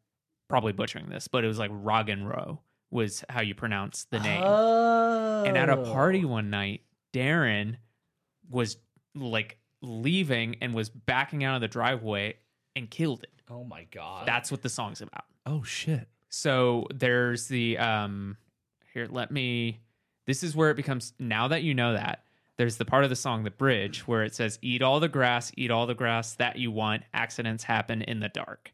probably butchering this, but it was like Roggen Row was how you pronounce the name. Oh. And at a party one night, Darren was like leaving and was backing out of the driveway and killed it. Oh my god. That's what the song's about. Oh shit. So there's the um here let me this is where it becomes now that you know that there's the part of the song the bridge where it says eat all the grass eat all the grass that you want accidents happen in the dark.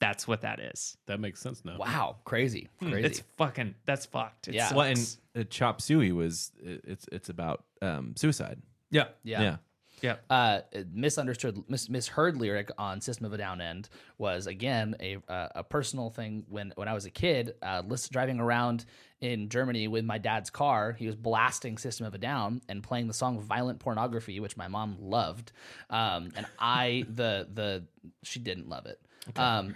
That's what that is. that makes sense now. wow. Crazy. Crazy. It's fucking that's fucked. It Yeah. sucks. Well, and uh, Chop Suey was it- it's it's about um, suicide. yeah. yeah. yeah. Uh, misunderstood, mis- misheard lyric on System of a Down End was again a uh, a personal thing. When when I was a kid, uh, list, driving around in Germany with my dad's car, he was blasting System of a Down and playing the song "Violent Pornography," which my mom loved, um, *clears throat* and I the the she didn't love it. Um,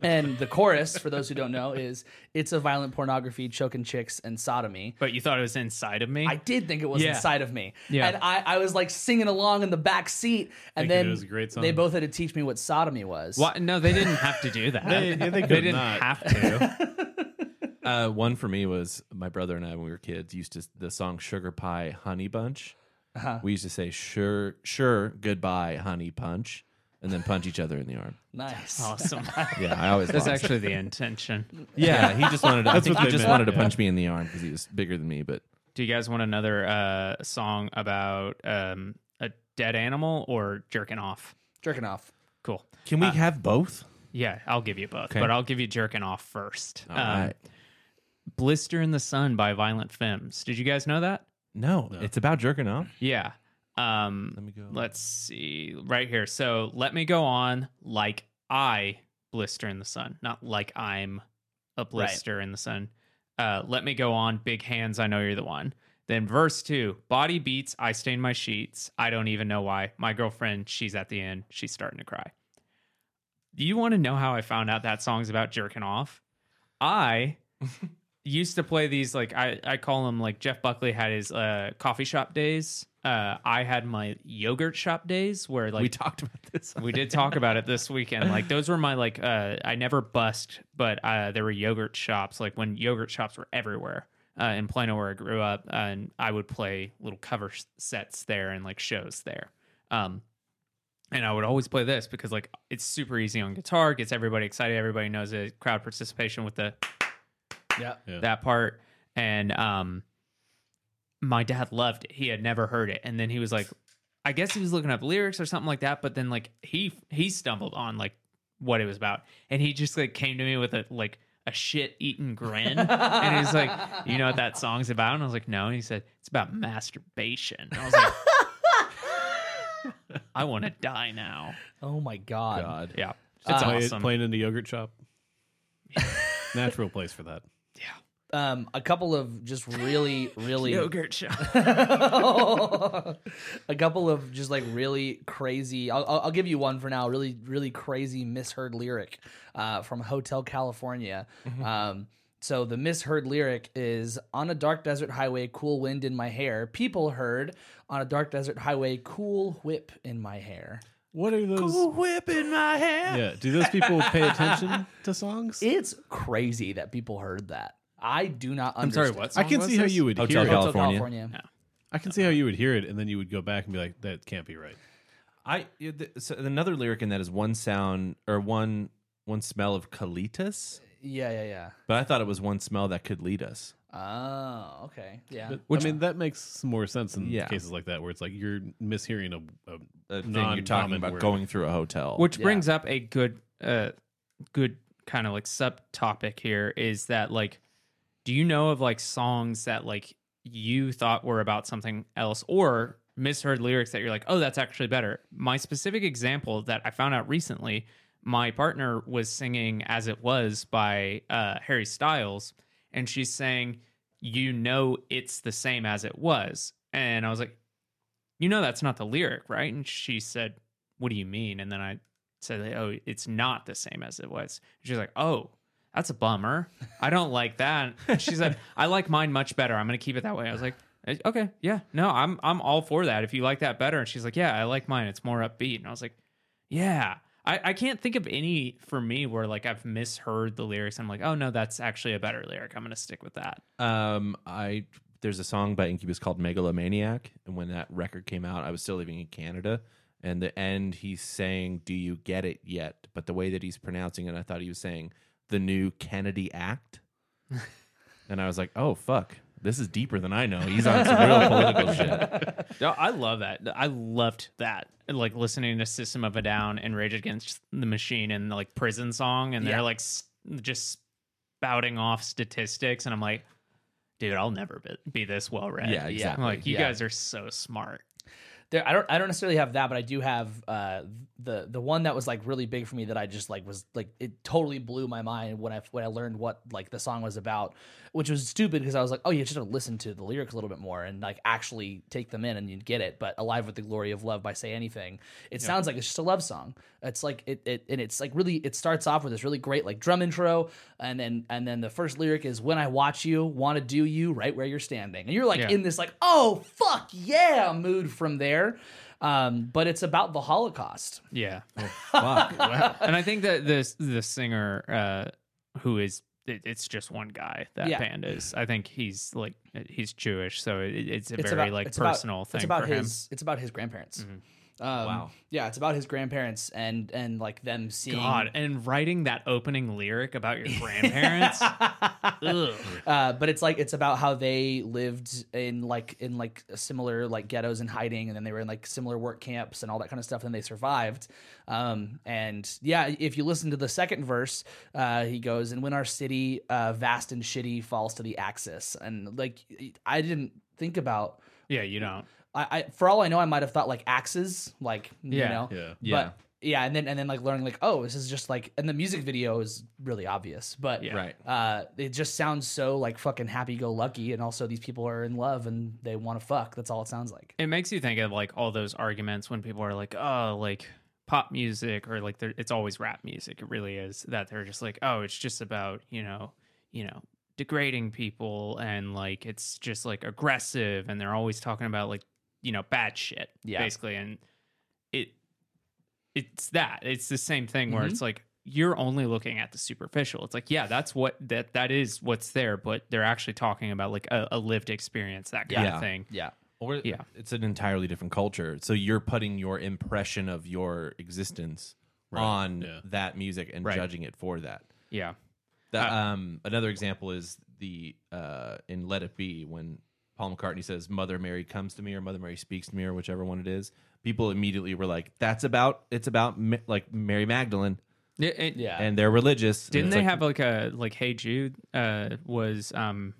And the chorus, for those who don't know, is it's a violent pornography, choking chicks, and sodomy. But you thought it was inside of me? I did think it was Yeah. inside of me. Yeah. And I, I was like singing along in the back seat. And Thinking it then was a great song. they both had to teach me what sodomy was. Why- No, they didn't have to do that. They- they could didn't not. have to. Uh, one for me was my brother and I when we were kids used to the song Sugar Pie Honey Bunch. We used to say sure sure goodbye honey punch and then punch each other in the arm. Nice. Oh. awesome. Yeah, I always That's lost. actually the *laughs* intention. yeah, he just wanted to, I think what he they just meant, wanted to yeah. punch me in the arm because he was bigger than me, but Do you guys want another uh, song about um, a dead animal or jerking off? Jerking off. Cool. can we have both? Yeah, I'll give you both, but I'll give you jerking off first. All Um, right. Blister in the Sun by Violent Femmes. Did you guys know that? No, it's about jerking off. Yeah. Um, let me go. Let's see. Right here. So let me go on like I blister in the sun, not like I'm a blister in the sun. Uh, let me go on. Big hands. I know you're the one. Then verse two. Body beats. I stain my sheets. I don't even know why. My girlfriend. She's at the end. She's starting to cry. You want to know how I found out that song's about jerking off? I used to play these like I, I call them like Jeff Buckley had his uh, coffee shop days. Uh, I had my yogurt shop days where like we talked about this. Oh we did talk about it this weekend. Like those were my like uh I never bust, but uh there were yogurt shops like when yogurt shops were everywhere uh in Plano where I grew up and I would play little cover s- sets there and like shows there. Um and I would always play this because like it's super easy on guitar, gets everybody excited, everybody knows it, crowd participation with the Yeah. Yeah. that part and um my dad loved it he had never heard it and then he was like i guess he was looking up lyrics or something like that but then like he he stumbled on like what it was about and he just like came to me with a like a shit eating grin and he was like you know what that song's about and i was like no and he said it's about masturbation And i was like i want to die now *laughs* Oh my God. God. yeah It's it's awesome Playing in the yogurt shop. Natural place for that. Um, a couple of just really, *laughs* really. yogurt shop a couple of just like really crazy. I'll, I'll I'll give you one for now. Really, really crazy misheard lyric uh, from Hotel California. Mm-hmm. Um, so the misheard lyric is on a dark desert highway, cool wind in my hair. People heard on a dark desert highway, cool whip in my hair. What are those? Whip in my hair. Yeah. Do those people pay attention to songs? It's crazy that people heard that. I do not understand. I can see how you would Hotel hear. Cal- It. Hotel California. California. I can see how you would hear it, and then you would go back and be like, "That can't be right." I yeah, th- so another lyric in that is one sound or one one smell of colitas, Yeah, yeah, yeah. but I thought it was one smell that could lead us. Oh, okay. Yeah. I mean, that makes some more sense in Yeah. cases like that, where it's like you're mishearing a, a The thing you're talking Non-common about word. going through a hotel. Which Yeah. brings up a good uh good kind of like subtopic here is that like do you know of like songs that like you thought were about something else or misheard lyrics that you're like, "Oh, that's actually better." My specific example that I found out recently, my partner was singing As It Was by uh Harry Styles and she's saying, "You know it's the same as it was." And I was like, you know that's not the lyric, right? And she said, What do you mean? And then I said, Oh, it's not the same as it was. She's like, Oh, that's a bummer. I don't like that. And she said, I like mine much better. I'm gonna keep it that way. I was like, "Eh, Okay, yeah, no, I'm I'm all for that. If you like that better. And she's like, Yeah, I like mine. It's more upbeat. And I was like, Yeah. I, I can't think of any for me where like I've misheard the lyrics. I'm like, oh no, that's actually a better lyric. I'm gonna stick with that. Um, I there's a song by Incubus called Megalomaniac, and when that record came out, I was still living in Canada. And the end, he's saying, "Do you get it yet?" But the way that he's pronouncing it, I thought he was saying the new Kennedy Act, and I was like, "Oh fuck, this is deeper than I know." He's on some *laughs* real political shit. No, I love that. I loved that. Like listening to System of a Down and Rage Against the Machine and like prison song, and Yeah. they're like s- just spouting off statistics, and I'm like, dude, I'll never be, be this well read. Yeah, I'm exactly. like, you Yeah. guys are so smart. there I don't I don't necessarily have that, but I do have uh the the one that was like really big for me that I just like was like it totally blew my mind when I when I learned what like the song was about which was stupid because I was like, oh, you should have listened to the lyrics a little bit more and like actually take them in and you'd get it. But "Alive with the Glory of Love" by Say Anything, it sounds like it's just a love song. It's like it, it and it's like really it starts off with this really great like drum intro, and then and then the first lyric is "When I watch you, want to do you right where you're standing," and you're like Yeah. in this like oh fuck yeah mood from there. Um, but it's about the Holocaust. *laughs* Yeah. Oh, Fuck. *laughs* Wow. and I think that the the singer uh, who is it, it's just one guy that Yeah. band is. I think he's like he's Jewish, so it, it's a It's very about- like it's about- personal thing It's about for him. Mm-hmm. his. It's about his grandparents. Um, wow. Yeah, it's about his grandparents and and like them seeing. God, and writing that opening lyric about your grandparents. Ugh. Uh, but it's like it's about how they lived in like in like similar like ghettos and hiding, and then they were in like similar work camps and all that kind of stuff, and they survived. Um, and yeah, if you listen to the second verse, uh, he goes, "And when our city, uh, vast and shitty, falls to the axis," and like I didn't think about. Yeah, you don't. I, I for all I know, I might have thought like axes, like you Yeah. know, Yeah. Yeah. But yeah, and then and then like learning like, oh, this is just like, and the music video is really obvious, but Yeah. Right. uh, it just sounds so like fucking happy go lucky, and also these people are in love and they want to fuck. That's all it sounds like. It makes you think of like all those arguments when people are like, oh, like pop music or like they're- it's always rap music. It really is that they're just like, oh, it's just about you know, you know, degrading people and like it's just like aggressive and they're always talking about like you know bad shit Yeah. basically and it it's that it's the same thing where it's like you're only looking at the superficial it's like yeah that's what that that is what's there but they're actually talking about like a, a lived experience that kind Yeah. of thing Yeah, Or Yeah. it's an entirely different culture. So you're putting your impression of your existence on yeah. that music and Right. Uh, judging it for that. yeah That um, another example is the uh, in Let It Be when Paul McCartney says "Mother Mary comes to me" or "Mother Mary speaks to me" or whichever one it is. People immediately were like, "That's about it's about Ma- like Mary Magdalene Yeah, it- yeah. and they're religious." Uh, Didn't And it's they like, have like a like Hey Jude uh was um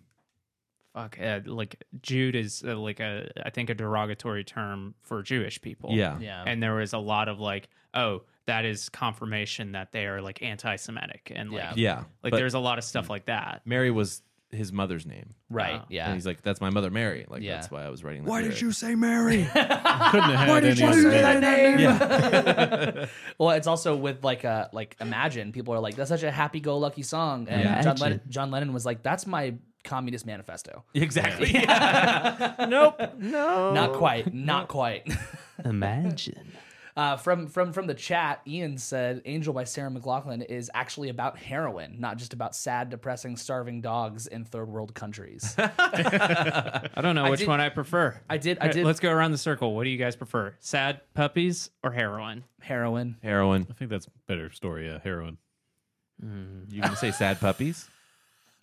fuck uh, like Jude is uh, like a I think a derogatory term for Jewish people. Yeah. Yeah. And there was a lot of like oh that is confirmation that they are like anti-Semitic and like Yeah. Yeah, like but there's a lot of stuff like that. Mary was his mother's name. right. Wow. yeah, *laughs* And uh, he's like, "That's my mother, Mary." Like Yeah. that's why I was writing. That why did you? Couldn't have had any other name. *laughs* Well, it's also with like a like Imagine. People are like, that's such a happy go lucky song, and John, Lennon, John Lennon was like, that's my communist *laughs* manifesto. Exactly. *laughs* Not quite. Not quite. *laughs* Imagine. Uh, from from from the chat, Ian said "Angel" by Sarah McLaughlin is actually about heroin, not just about sad, depressing, starving dogs in third world countries. I don't know which did- one I prefer. I did- I Alright, did- Let's go around the circle. What do you guys prefer? Sad puppies or heroin? heroin. *laughs* Heroin. I think that's a better story. Yeah, heroin. You gonna say sad puppies?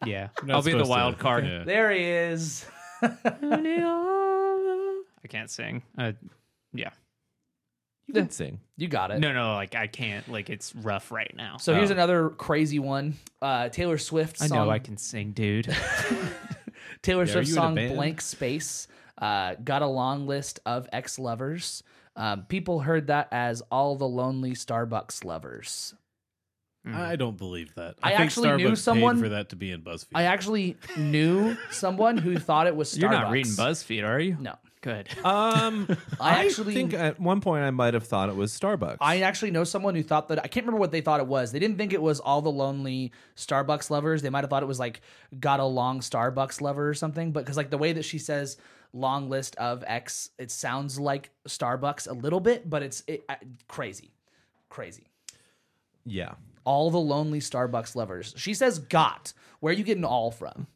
Yeah. We're not I'll be the supposed to- wild card. Yeah. There he is. I can't sing. Uh, yeah. You can sing. You got it. No, no, like I can't. Like it's rough right now. So here's another crazy one. Uh, Taylor Swift Oh. I song. know I can sing, dude. *laughs* Taylor are Swift you in a song band? "Blank Space" uh, got a long list of ex lovers. Um, people heard that as all the lonely Starbucks lovers. Mm-hmm. Mm. I don't believe that. I actually knew paid someone- for that to be in BuzzFeed. I actually knew someone who thought it was Starbucks. You're not reading BuzzFeed, are you? No. Good. *laughs* Um, I actually- think at one point I might have thought it was Starbucks. I actually know someone who thought that I can't remember what they thought it was. They didn't think it was all the lonely Starbucks lovers. They might have thought it was like got a long Starbucks lover or something. But because like the way that she says long list of X, it sounds like Starbucks a little bit, but it's it, uh, crazy, crazy. yeah. All the lonely Starbucks lovers. She says got. Where are you getting all from?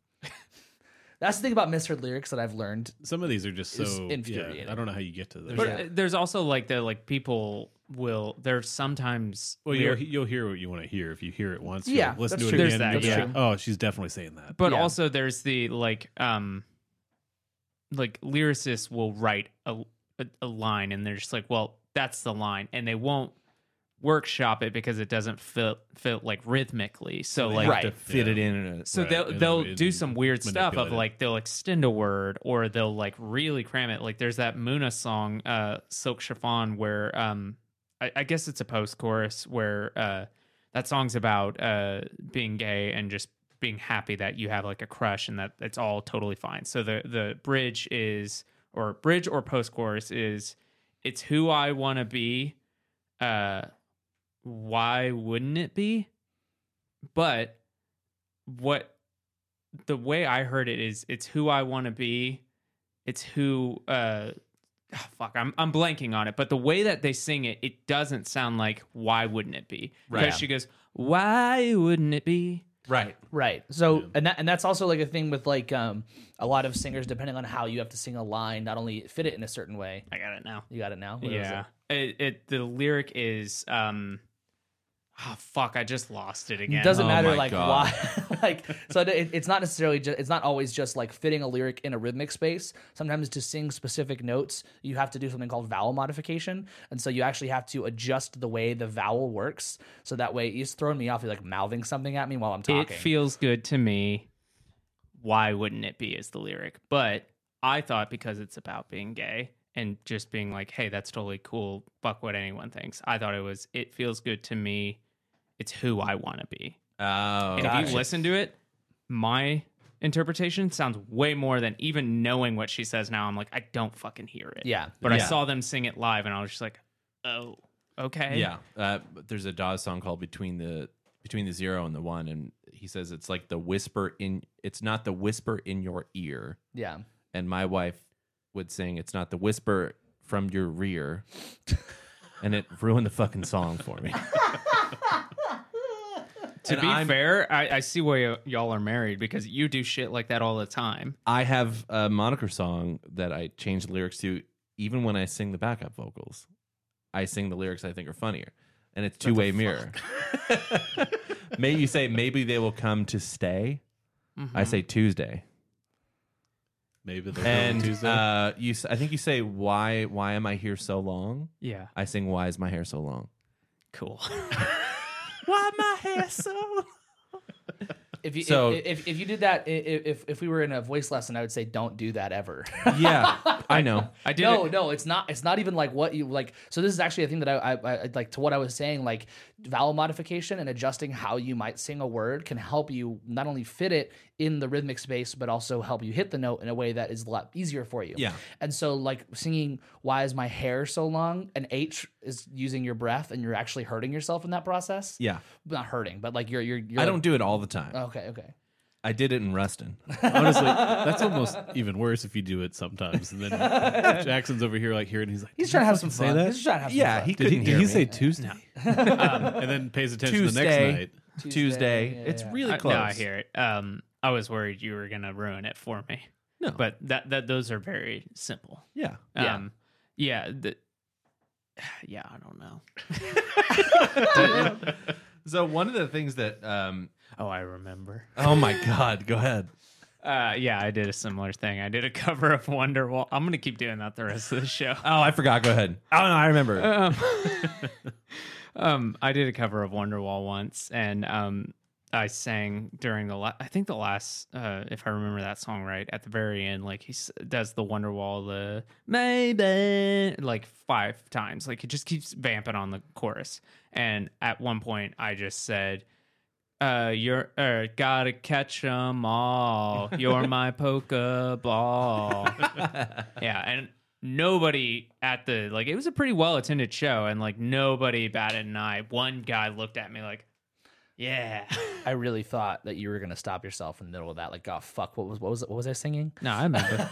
*laughs* That's the thing about misheard lyrics that I've learned. Some of these are just It's so infuriating. Yeah, I don't know how you get to those. But uh, there's also like the like people will. There's sometimes well, you'll, lyric- you'll hear what you want to hear if you hear it once. Yeah, Yeah, listen that's to it true. again. There's and that, you're yeah. like, oh, she's definitely saying that. but Yeah. also there's the like um like lyricists will write a, a a line and they're just like well that's the line and they won't workshop it because it doesn't fit fit like rhythmically so like To fit it in. in a, so Right, they'll and they'll then do some weird stuff manipulate of it. like they'll extend a word or they'll like really cram it. Like there's that Muna song, uh, Silk Chiffon, where um, I, I guess it's a post chorus where uh, that song's about uh being gay and just being happy that you have like a crush and that it's all totally fine. So the the bridge is or bridge or post chorus is it's who I want to be. Uh, why wouldn't it be? But what the way I heard it is it's who I want to be. It's who uh ah, fuck I'm I'm blanking on it, but the way that they sing it it doesn't sound like why wouldn't it be? Right. Because she goes, "Why wouldn't it be?" Right. Right. So and that and that's also like a thing with like um a lot of singers depending on how you have to sing a line, not only fit it in a certain way. I got it now. You got it now. What is yeah. It? It, the lyric is um oh, fuck, I just lost it again. It doesn't Oh matter my like God. why *laughs* like so it, it's not necessarily just it's not always just like fitting a lyric in a rhythmic space sometimes to sing specific notes you have to do something called vowel modification and so you actually have to adjust the way the vowel works so that way it's throwing me off you're like mouthing something at me while i'm It talking feels good to me. Why wouldn't it be is the lyric. But I thought because it's about being gay and just being like, hey, that's totally cool. Fuck what anyone thinks. I thought it was it feels good to me. It's who I want to be. Oh. And if you listen to it, my interpretation sounds way more than even knowing what she says now. I'm like, I don't fucking hear it. yeah But I Yeah. saw them sing it live and I was just like, oh, okay. Yeah. Uh, but there's a Dawes song called Between the Between the Zero and the One, and he says it's like the whisper in. It's not the whisper in your ear. yeah And my wife would sing, "It's not the whisper from your rear." and it ruined the fucking song for *laughs* me. To And be I'm- fair, I, I see why y- y'all are married because you do shit like that all the time. I have a moniker song that I change the lyrics to even when I sing the backup vocals. I sing the lyrics I think are funnier. And it's two way mirror. *laughs* maybe you say maybe they will come to stay. Mm-hmm. I say Tuesday. Maybe the And Tuesday. uh you s- I think you say why why am I here so long? Yeah. I sing why is my hair so long? Cool. *laughs* Why my hair so long? if you So- if, if, if you did that i- i- if if we were in a voice lesson i would say don't do that ever Yeah, *laughs* I know. I did no, it- no, it's not. It's not even like what you like. So this is actually a thing that I, I, I like to what I was saying. Like vowel modification and adjusting how you might sing a word can help you not only fit it in the rhythmic space, but also help you hit the note in a way that is a lot easier for you. Yeah. And so like singing "Why is my hair so long?" an H is using your breath, and you're actually hurting yourself in that process. Yeah. Not hurting, but like you're you're. you're I like- don't do it all the time. Okay. Okay. I did it in Ruston. Honestly, that's almost *laughs* even worse if you do it sometimes. And then Jackson's over here, like hearing, he's like, He's trying to have some fun. that? He's trying to have some Yeah, fun. he did he, couldn't did hear he me. say Tuesday? Um, and then pays attention the Tuesday. next night. Tuesday. Tuesday, yeah, it's yeah. really I, close. No, I hear it. Um, I was worried you were gonna ruin it for me. No. but that that those are very simple. Yeah. Yeah. Um, yeah. The, *sighs* yeah, I don't know. So one of the things that um Oh, I remember. *laughs* oh my god, go ahead. Uh, yeah, I did a similar thing. I did a *laughs* cover of Wonderwall. I'm gonna keep doing that the rest of the show. Oh, I forgot. Go ahead. Oh no, I remember. um, *laughs* um, I did a cover of Wonderwall once, and um, I sang during the la- I think the last, uh, if I remember that song right, at the very end, like he s- does the Wonderwall, the maybe like five times, like it just keeps vamping on the chorus, and at one point I just said. Uh, you're uh, gotta catch 'em all. You're my poker ball. Yeah, and nobody at the like it was a pretty well attended show, and like nobody batted an eye. One guy looked at me like, "Yeah." I really thought that you were gonna stop yourself in the middle of that. Like, oh fuck, what was what was what was I singing? no, I remember.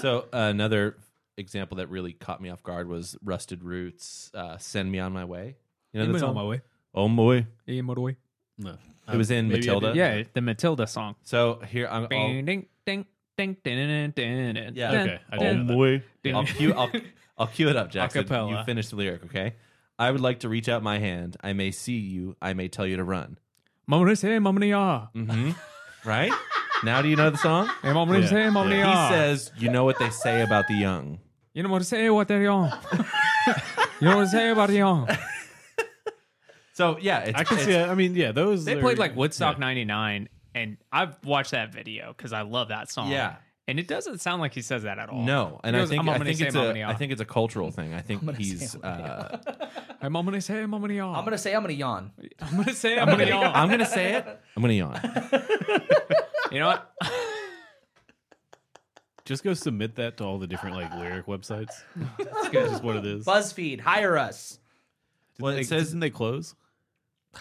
so uh, another example that really caught me off guard was Rusted Roots. Uh, Send me on my way. You know that song? way. Oh boy. No. It was in Maybe I Matilda. did. yeah, the Matilda song. So here I'm. I'll, Ding ding ding ding ding ding ding. ding. Oh. Yeah. Okay. I oh didn't know that. boy. Ding. I'll cue. *laughs* I'll, I'll cue it up, Jackson. Acapella. You finish the lyric, okay? I would like to reach out my hand. I may see you. I may tell you to run. Mamma say, mamma ya. Mm-hmm. *laughs* right now, do you know the song? Hey, mamma Yeah. say, mamma Yeah. He ya. says, "You know what they say about the young." You know what to say about the young. *laughs* You know what to say about the young. So yeah, it's, I can it's- see that. I mean, yeah, those. They are- played like Woodstock 99 and I've watched that video cuz I love that song. Yeah. And it doesn't sound like he says that at all. No, and He I goes, think "I'm I gonna think say it's Mamma Mia." a I think it's a cultural thing. I think gonna say he's uh, I'm gonna say I'm gonna yawn. I'm gonna say I'm gonna yawn. I'm gonna say I'm gonna yawn. I'm gonna say it. *laughs* I'm gonna yawn. You know what? Just go submit that to all the different like lyric websites. That's just what it is. BuzzFeed, hire us. Didn't Well, it they, says- didn't they close?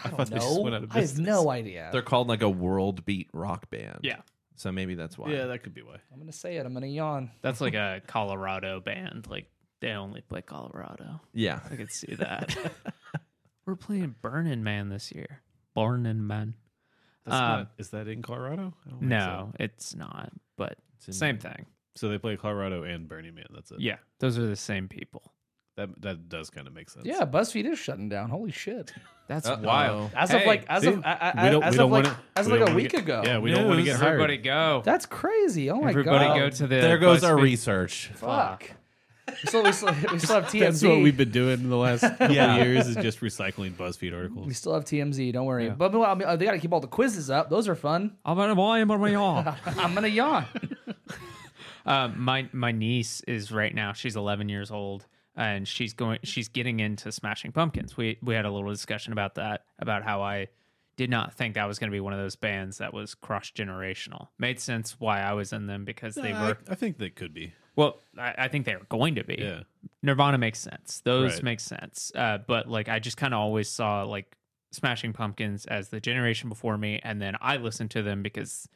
I, thought they just went out No, of I have business. no idea. They're called like a world beat rock band. Yeah. So maybe that's why. Yeah, that could be why. I'm gonna say it. I'm gonna yawn. That's like a Colorado band. Like they only play Colorado. Yeah. I could see *laughs* that. We're playing Burning Man this year. Burning Man. That's Um, not, is that in Colorado? I don't think No, it's not. But in- same So. thing. so they play Colorado and Burning Man. That's it. Yeah, those are the same people. That that does kind of make sense. Yeah, BuzzFeed is shutting down. Holy shit! That's Uh-oh. wild. As of Hey, like, as See? of, I, We I, don't- as we of don't like, wanna- as of we like don't a wanna week get- ago. Yeah, we don't want to News. get hired. *laughs* everybody go. that's crazy. Oh my everybody god. go to the. There goes our BuzzFeed- research. Fuck. we, still, *laughs* we, still, we still have TMZ. That's what we've been doing in the *laughs* last couple Yeah. years is just recycling *laughs* BuzzFeed We articles. still have TMZ. Don't worry. But meanwhile, I mean, uh, they got to keep all the quizzes up. Those are fun. *laughs* I'm gonna why am I *laughs* on? I'm gonna yawn. Uh, my my niece is right now. She's 11 years old, and she's going. She's getting into Smashing Pumpkins. We we had a little discussion about that, about how I did not think I was going to be one of those bands that was cross generational. Made sense why I was in them because they Nah, I- were. I, think they could be. Well, I, I think they were going to be. Yeah. Nirvana makes sense. Those Right. make sense. Uh, but like, I just kind of always saw like Smashing Pumpkins as the generation before me, and then I listened to them because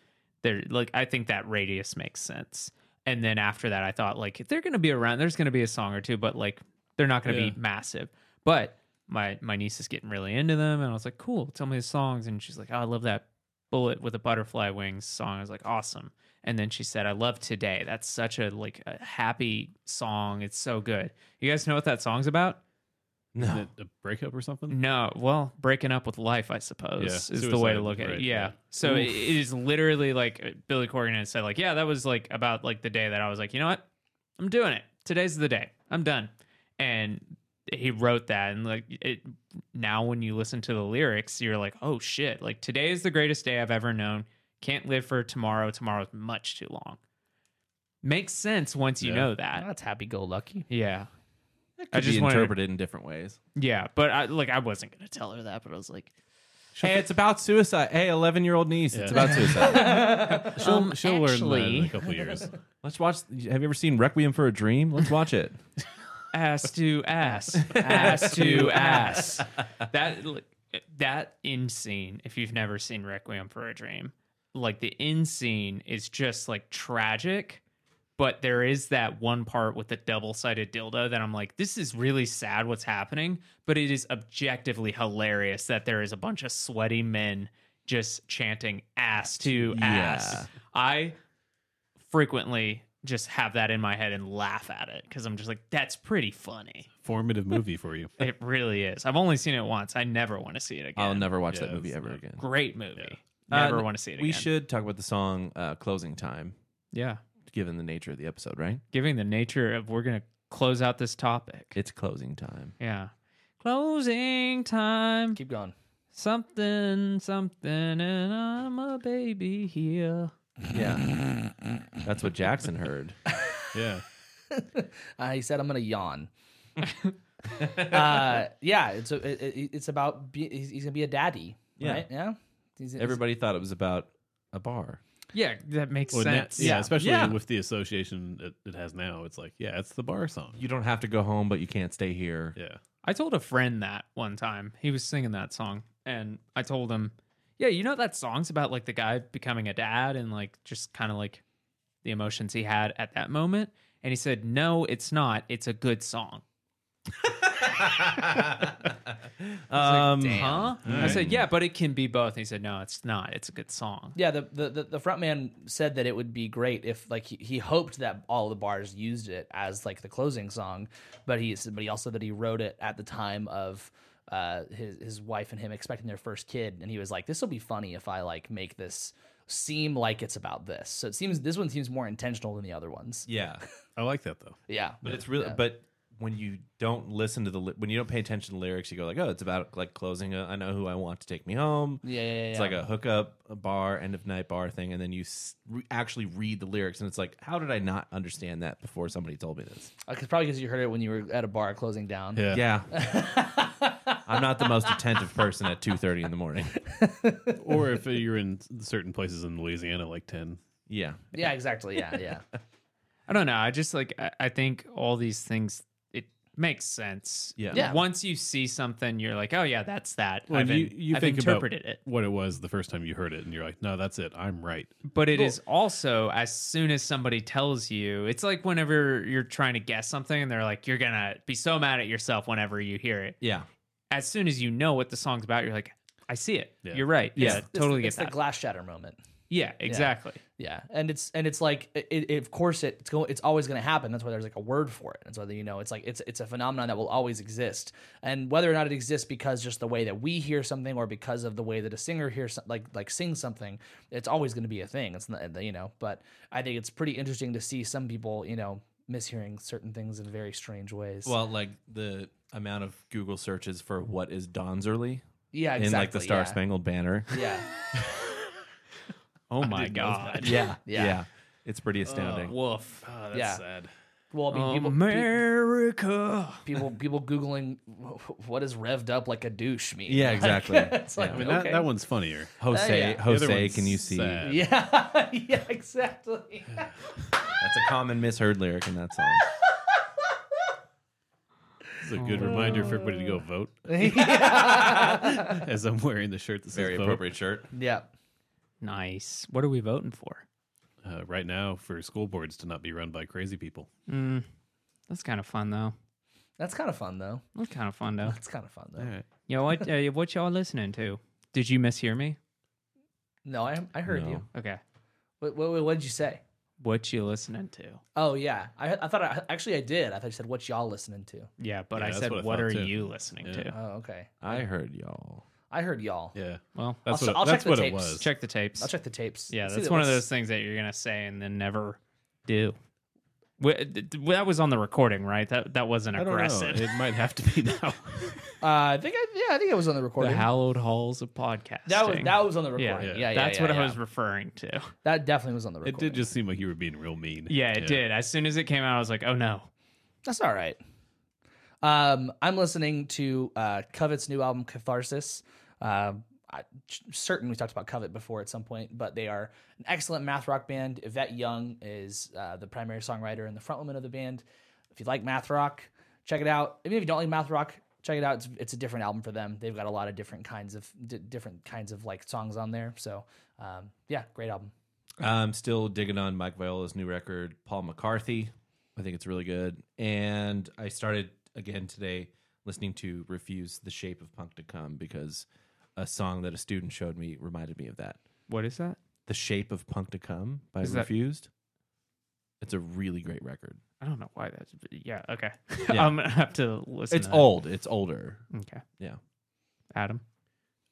they're like, I think that radius makes sense. And then after that, I thought like they're gonna be around. There's gonna be a song or two, but like they're not gonna Yeah. be massive. But my my niece is getting really into them, and I was like, cool. Tell me the songs, and she's like, oh, I love that bullet with a butterfly wings song. I was like, awesome. And then she said, I love today. That's such a like a happy song. It's so good. You guys know what that song's about? *sighs* Isn't No. it a breakup or something? No. Well, breaking up with life, I suppose, Yeah, is the way to suicide, look at it. right, Yeah. yeah. So it, it is literally like uh, Billy Corgan had said, like, yeah, that was like about like the day that I was like, you know what? I'm doing it. Today's the day. I'm done. And he wrote that and like it now when you listen to the lyrics, you're like, oh shit, like today is the greatest day I've ever known. Can't live for tomorrow. Tomorrow's much too long. Makes sense once you Yeah. know that. *laughs* That's happy go lucky. Yeah. I just wanted to- interpret it in different ways. Yeah. But I like I wasn't gonna tell her that, but I was like, Hey, it's about suicide. Hey, 11 year old niece. It's Yeah. about *laughs* suicide. She'll, Mm, Um, she'll learn that in actually- *laughs* a couple *laughs* years. Let's watch. Have you ever seen Requiem for a Dream? Let's watch *laughs* it. ass to ass, ass *laughs* to ass. That that end scene, if you've never seen Requiem for a Dream, like the end scene is just like tragic, but there is that one part with the double sided dildo that I'm like, this is really sad what's happening, but it is objectively hilarious that there is a bunch of sweaty men just chanting ass to ass. I frequently just have that in my head and laugh at it because I'm just like, that's pretty funny. Formative movie for you. It really is. I've only seen it once. I never want to see it again. I'll never watch Yeah, that movie it's ever not- again. Great movie. Uh, Never want to see it again. We should talk about the song uh, Closing Time, Yeah. given the nature of the episode, right? Giving the nature of we're going to close out this topic. It's closing time. Yeah. Closing time. Keep going. Something, something, and I'm a baby here. Yeah. That's what Jackson *laughs* heard. Yeah. Uh, he said, "I'm gonna *laughs* yawn." uh, yeah, it's a, it, it- it's about be, he's, he's gonna be a daddy, Yeah. right? Yeah, He's- Everybody thought it was about a bar. Yeah, that *laughs* makes Well, sense. that, yeah, especially Yeah. with the association it, it has now. It's like, yeah, it's the bar song. You don't have to go home, but you can't stay here. Yeah. I told a friend that one time. He was singing that song, and I told him, "Yeah, you know that song's about like the guy becoming a dad and like just kind of like the emotions he had at that moment." And he said, "No, it's not. It's a good song." um, huh? I All said, right. "Yeah, but it can be both." And he said, "No, it's not. It's a good song." Yeah, the, the the the front man said that it would be great if like he, he hoped that all the bars used it as like the closing song, but he s- but he also that he wrote it at the time of uh his his wife and him expecting their first kid, and he was like, this will be funny if I like make this seem like it's about this. So it seems this one seems more intentional than the other ones. yeah. I like that though. Yeah, But it's really, but when you don't listen to the li- when you don't pay attention to lyrics, you go like, oh, it's about like closing. A, I know who I want to take me home. Yeah, yeah, yeah. It's like a hookup, a bar, end of night bar thing, and then you s- re- actually read the lyrics, and it's like, how did I not understand that before somebody told me this? Uh, 'cause- probably because you heard it when you were at a bar closing down. Yeah. Yeah, I'm not the most attentive person at 2:30 in *laughs* the morning. or if you're in certain places in Louisiana, like ten. Yeah, Yeah, exactly. Yeah, *laughs* yeah. I don't know. I just like I, I think all these things it makes sense. Yeah. Yeah. Once you see something, you're like, oh yeah, that's that. Well, I've, you- in- you I've think about- interpreted it. What it was the first time you heard it, and you're like, no, that's it. I'm right. But it is also as soon as somebody tells you, it's like whenever you're trying to guess something and they're like, you're gonna be so mad at yourself whenever you hear it. yeah, As soon as you know what the song's about, you're like, I see it. Yeah. You're right. Yeah, It's- totally get It's that. the glass shatter moment. yeah, exactly. Yeah, and it's and it's like it, it, of course it, it's go, it's always going to happen. That's why there's like a word for it. That's why you know it's like it's it's a phenomenon that will always exist. And whether or not it exists because just the way that we hear something or because of the way that a singer hears some- like like sings something, it's always going to be a thing. It's not you know, but I think it's pretty interesting to see some people you know mishearing certain things in very strange ways. Well, like the amount of Google searches for what is Donzerly yeah, in like the Star yeah. Spangled Banner. Yeah, Oh my *laughs* god. yeah, Uh, Yeah. It's pretty astounding. *laughs* Woof. Oh, that's Yeah. sad. well, I mean, Oh, people, pe- America. people people googling "Wh- wh- what is revved up like a douche mean. yeah, *laughs* exactly. It's like, I mean, that, okay. *laughs* that one's funnier. Jose, yeah. The other Jose, one's can you see? sad. Yeah, *laughs* yeah, exactly. *laughs* That's a common misheard lyric in that song. It's a good reminder for everybody to go vote. *laughs* As I'm wearing the shirt that says *laughs* Very vote. appropriate shirt. yeah. Nice. What are we voting for? Uh, right now, for school boards to not be run by crazy people. That's kind of fun though. That's kind of fun though. That's kind of *laughs* fun though. That's kind of fun though. right. Yeah, what uh, what y'all listening to? Did you mishear me? No, I I heard you. Okay. What, what what did you say? What you listening to? Oh yeah, I I thought I actually I did. I thought you said what y'all listening to. Yeah, but Yeah, I that's said what I what thought, are too. you listening Yeah. to? Oh okay. I heard y'all. I heard y'all. Yeah. Well, That's what, I'll ch- I'll it, that's check the what it tapes. was. check the tapes. I'll check the tapes. yeah, See that's that one of what's- those things that you're gonna say and then never do. Wh- th- th- That was on the recording, right? That that wasn't I don't know. aggressive. *laughs* It might have to be now. Uh, I think I, yeah, I think it was on the The recording. hallowed halls of podcasting. that was that was on the yeah, recording. Yeah, yeah, that's yeah, what yeah. I was referring to. That definitely was on the it recording. did just seem like you were being real mean. Yeah, it did. As soon as it came out, I was like, oh no. That's all right. Um, I'm listening to uh, Covet's new album Catharsis. Uh, I certain we talked about Covet before at some point, but they are an excellent math rock band. Yvette Young is uh, the primary songwriter and the frontwoman of the band. If you like math rock, check it out. Even if you don't like math rock, check it out. It's, it's a different album for them. They've got a lot of different kinds of di different kinds of like songs on there. So um, yeah, great album. I'm still digging on Mike Viola's new record, Paul McCarthy. I think it's really good. And I started again today listening to Refuse the Shape of Punk to Come because a song that a student showed me reminded me of that. What is that? The Shape of Punk to Come by Is that- Refused. It's a really great record. I don't know why that's. but Yeah, okay. Yeah. *laughs* I'm gonna have to listen. It's to that. old. It's older. Okay, Yeah. Adam.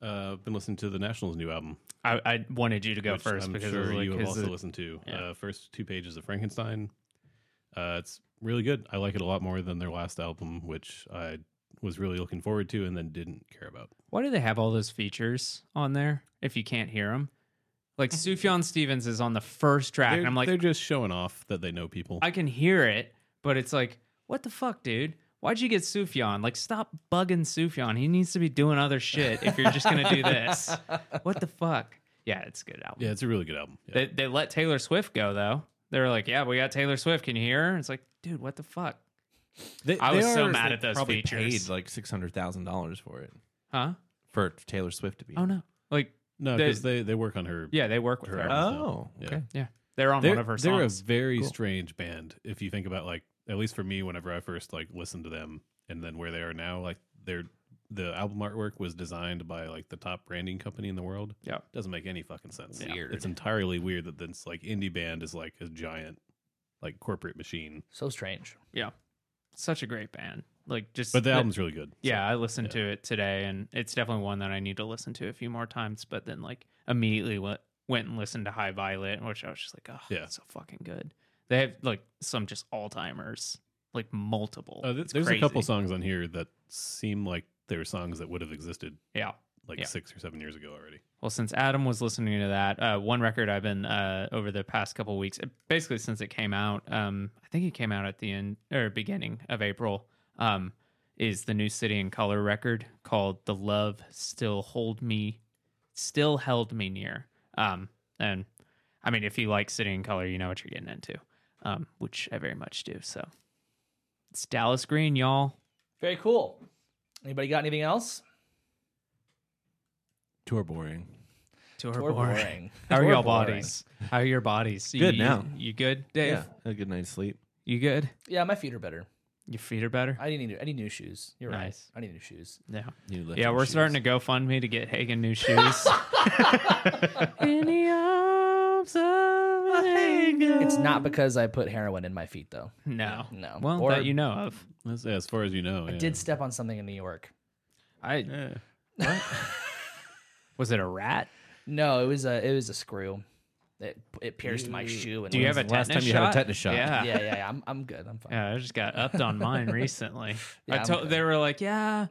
Uh, I've been listening to the Nationals' new album. I, I wanted you to go which 1st I'm because sure it was like, you have his- also listened to yeah. uh, first two pages of Frankenstein. Uh, it's really good. I like it a lot more than their last album, which I was really looking forward to and then didn't care about. why do they have all those features on there if you can't hear them? Like Sufjan Stevens is on the first track, They're- and I'm they're like, just showing off that they know people. I can hear it, but it's like, what the fuck, dude? Why'd you get Sufjan? Like, stop bugging Sufjan. He needs to be doing other shit if you're just gonna do *laughs* this. What the fuck? Yeah, it's a good album. yeah, it's a really good album. Yeah. They, they let Taylor Swift go though. They were like, "Yeah, we got Taylor Swift. Can you hear?" her? It's like, dude, what the fuck? They, I was they so are- mad they at those probably features. Paid like six hundred thousand dollars for it Huh? for Taylor Swift to be. Oh no! Like, no, they- because they, they work on her. yeah, they work with Her her. album. Oh, Yeah. okay. yeah, they're on They're, one of her they're a songs. very strange band. If you think about like, at least for me, whenever I first like listened to them and then where they are now, like their the album artwork was designed by like the top branding company in the world. yeah, Doesn't make any fucking sense. Weird. It's entirely weird that this like indie band is like a giant like corporate machine. So strange. yeah, such a great band. Like, just But the it- album's really good. so- Yeah, I listened to it today, and it's definitely one that I need to listen to a few more times. But then, like, immediately went went and listened to High Violet, which I was just like, oh, Yeah. it's so fucking good. They have like some just all timers like multiple. Uh, th- It's there's a couple crazy. songs on here that seem like they were songs that would have existed Yeah. like Yeah. six or seven years ago already. Well, since Adam was listening to that, uh, one record I've been uh, over the past couple weeks, basically since it came out, um, I think it came out at the end or beginning of April, um, is the new City in Color record called "The Love Still Hold Me, Still Held Me Near." Um, and I mean, if you like City in Color, you know what you're getting into, um, which I very much do. So it's Dallas Green, y'all. Very cool. Anybody got anything else? Tour boring. Tour We're *laughs* How are We're boring. y'all bodies? How are your bodies? Good You- now. You good, Dave? Yeah, had a good night's sleep. You good? Yeah, my feet are better. Your feet are better. I need new. I need new shoes. You're Nice. right. I need new shoes. yeah. New lifting Yeah, we're shoes. starting to go fund me to get Hagen new shoes. In the arms of Hagen. It's not because I put heroin in my feet though. No. No. Well, Or- that you know of. That's, as far as you know, I yeah. did step on something in New York. I Yeah. was it a rat? No, it was a it was a screw. It it pierced my shoe. And Do you have a tetanus last time you shot? had a tetanus shot? Yeah. Yeah, yeah, yeah. I'm I'm good. I'm fine. Yeah, I just got upped on mine recently. Yeah, I I'm told good. they were like, "Yeah,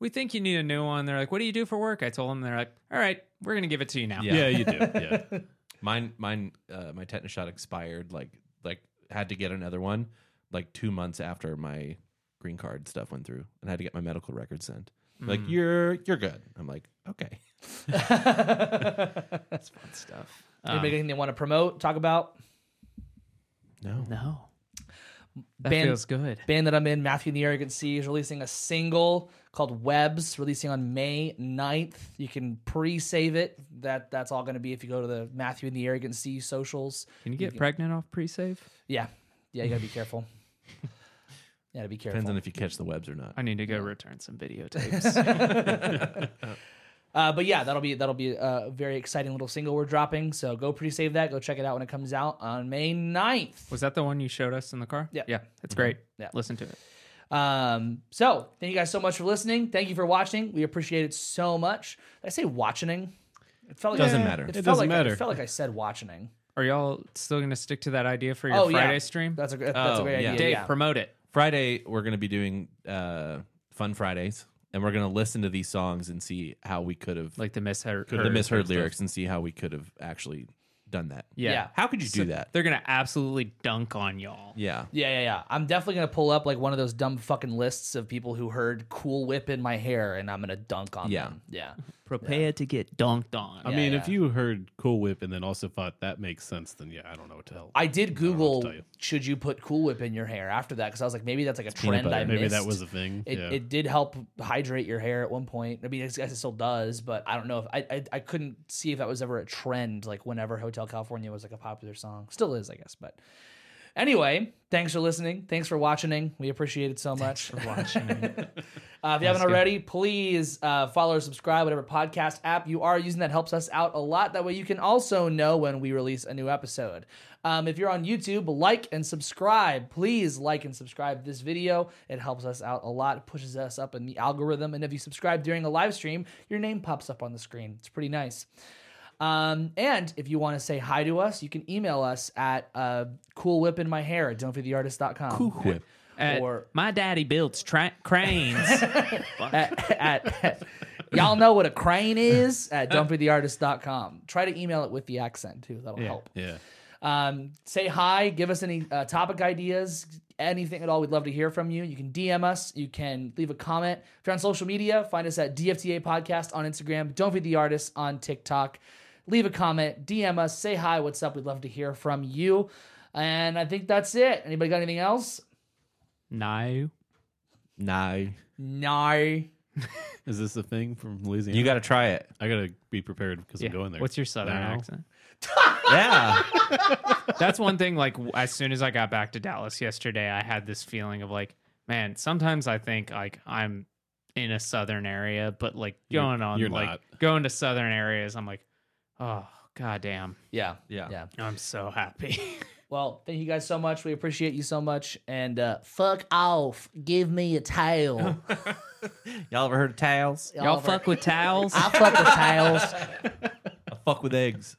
we think you need a new one." They're like, "What do you do for work?" I told them. They're like, "All right, we're gonna give it to you now." Yeah, Yeah. you do. Yeah. *laughs* Mine, mine, uh, my tetanus shot expired. Like, like had to get another one. Like two months after my green card stuff went through, and had to get my medical record sent. Like, Hmm. you're you're good. I'm like, okay. That's fun stuff. Um, Anybody got anything they want to promote? Talk about *laughs* No, no, that Band- feels good. band that I'm in, Matthew and the Arrogant Sea, is releasing a single called Webs, releasing on May 9th. You can pre-save it. That that's all going to be if you go to the Matthew and the Arrogant Sea socials. Can you get pregnant off pre-save? Yeah, yeah, you gotta be *laughs* careful. You gotta be careful. depends on if you catch the webs or not. I need to go *laughs* return some videotapes. Uh, but yeah, that'll be that'll be a very exciting little single we're dropping. So go pre-save that. Go check it out when it comes out on May 9th. Was that the one you showed us in the car? Yeah. Mm-hmm. Yeah. It's great. Yeah. Listen to it. Um, so thank you guys so much for listening. Thank you for watching. We appreciate it so much. Did I say watching? It felt like Doesn't I- matter. It, It felt doesn't like I, matter. it felt like I said watching. Are y'all still going to stick to that idea for your Oh, yeah. Friday stream? That's a gr- that's a Oh, great yeah. idea. Dave, yeah. promote it. Friday, we're going to be doing uh, Fun Fridays, and we're going to listen to these songs and see how we could have Like the misheard. the misheard lyrics and see how we could have actually done that. Yeah. Yeah. How could you do that? They're going to absolutely dunk on y'all. Yeah. Yeah, yeah, yeah. I'm definitely gonna pull up like one of those dumb fucking lists of people who heard "Cool Whip in my hair" and I'm gonna dunk on Yeah. them. Yeah, Prepare to get dunked on. I Yeah, mean, if yeah. you heard Cool Whip and then also thought that makes sense, then yeah, I don't know what to tell. I did know what to Google tell you. should you put Cool Whip in your hair after that because I was like maybe that's like a peanut trend I butter. Maybe that missed. was a thing. It, yeah. it did help hydrate your hair at one point. I mean, I guess it still does, but I don't know if I, I I couldn't see if that was ever a trend. Like whenever Hotel California was like a popular song, still is, I guess. But anyway, thanks for listening. Thanks for watching. We appreciate it so much. Uh, if you haven't already, please uh, follow or subscribe, whatever podcast app you are using. That helps us out a lot. That way, you can also know when we release a new episode. Um, if you're on YouTube, like and subscribe. Please like and subscribe this video. It helps us out a lot. It pushes us up in the algorithm. And if you subscribe during a live stream, your name pops up on the screen. It's pretty nice. Um, and if you want to say hi to us, you can email us at uh, coolwhipinmyhair at don'tfeedtheartist.com. Cool Whip. At- Or- my daddy builds tra- *laughs* cranes. at y'all know what a crane is at dumpytheartist.com. Try to email it with the accent too. That'll help. yeah. Um, say hi. Give us any uh, topic ideas, anything at all. We'd love to hear from you. You can DM us. You can leave a comment. If you're on social media, find us at DFTA Podcast on Instagram. Don't be the artist on TikTok. Leave a comment. DM us. Say hi. What's up? We'd love to hear from you. And I think that's it. Anybody got anything else? no. No. No. Is this a thing from Louisiana? You got to try it. I gotta be prepared because Yeah. I'm going there. What's your southern No. accent? Yeah. That's one thing. Like w- as soon as I got back to Dallas yesterday, I had this feeling of like, man. Sometimes I think like I'm in a southern area, but like You're- going on you're like not. going to southern areas, I'm like, oh goddamn, Yeah. Yeah. Yeah. I'm so happy. Well, thank you guys so much. We appreciate you so much. And uh, fuck off. Give me a towel. Y'all, Y'all ever heard of towels? Y'all ever- fuck with towels. I fuck with towels. I fuck with eggs.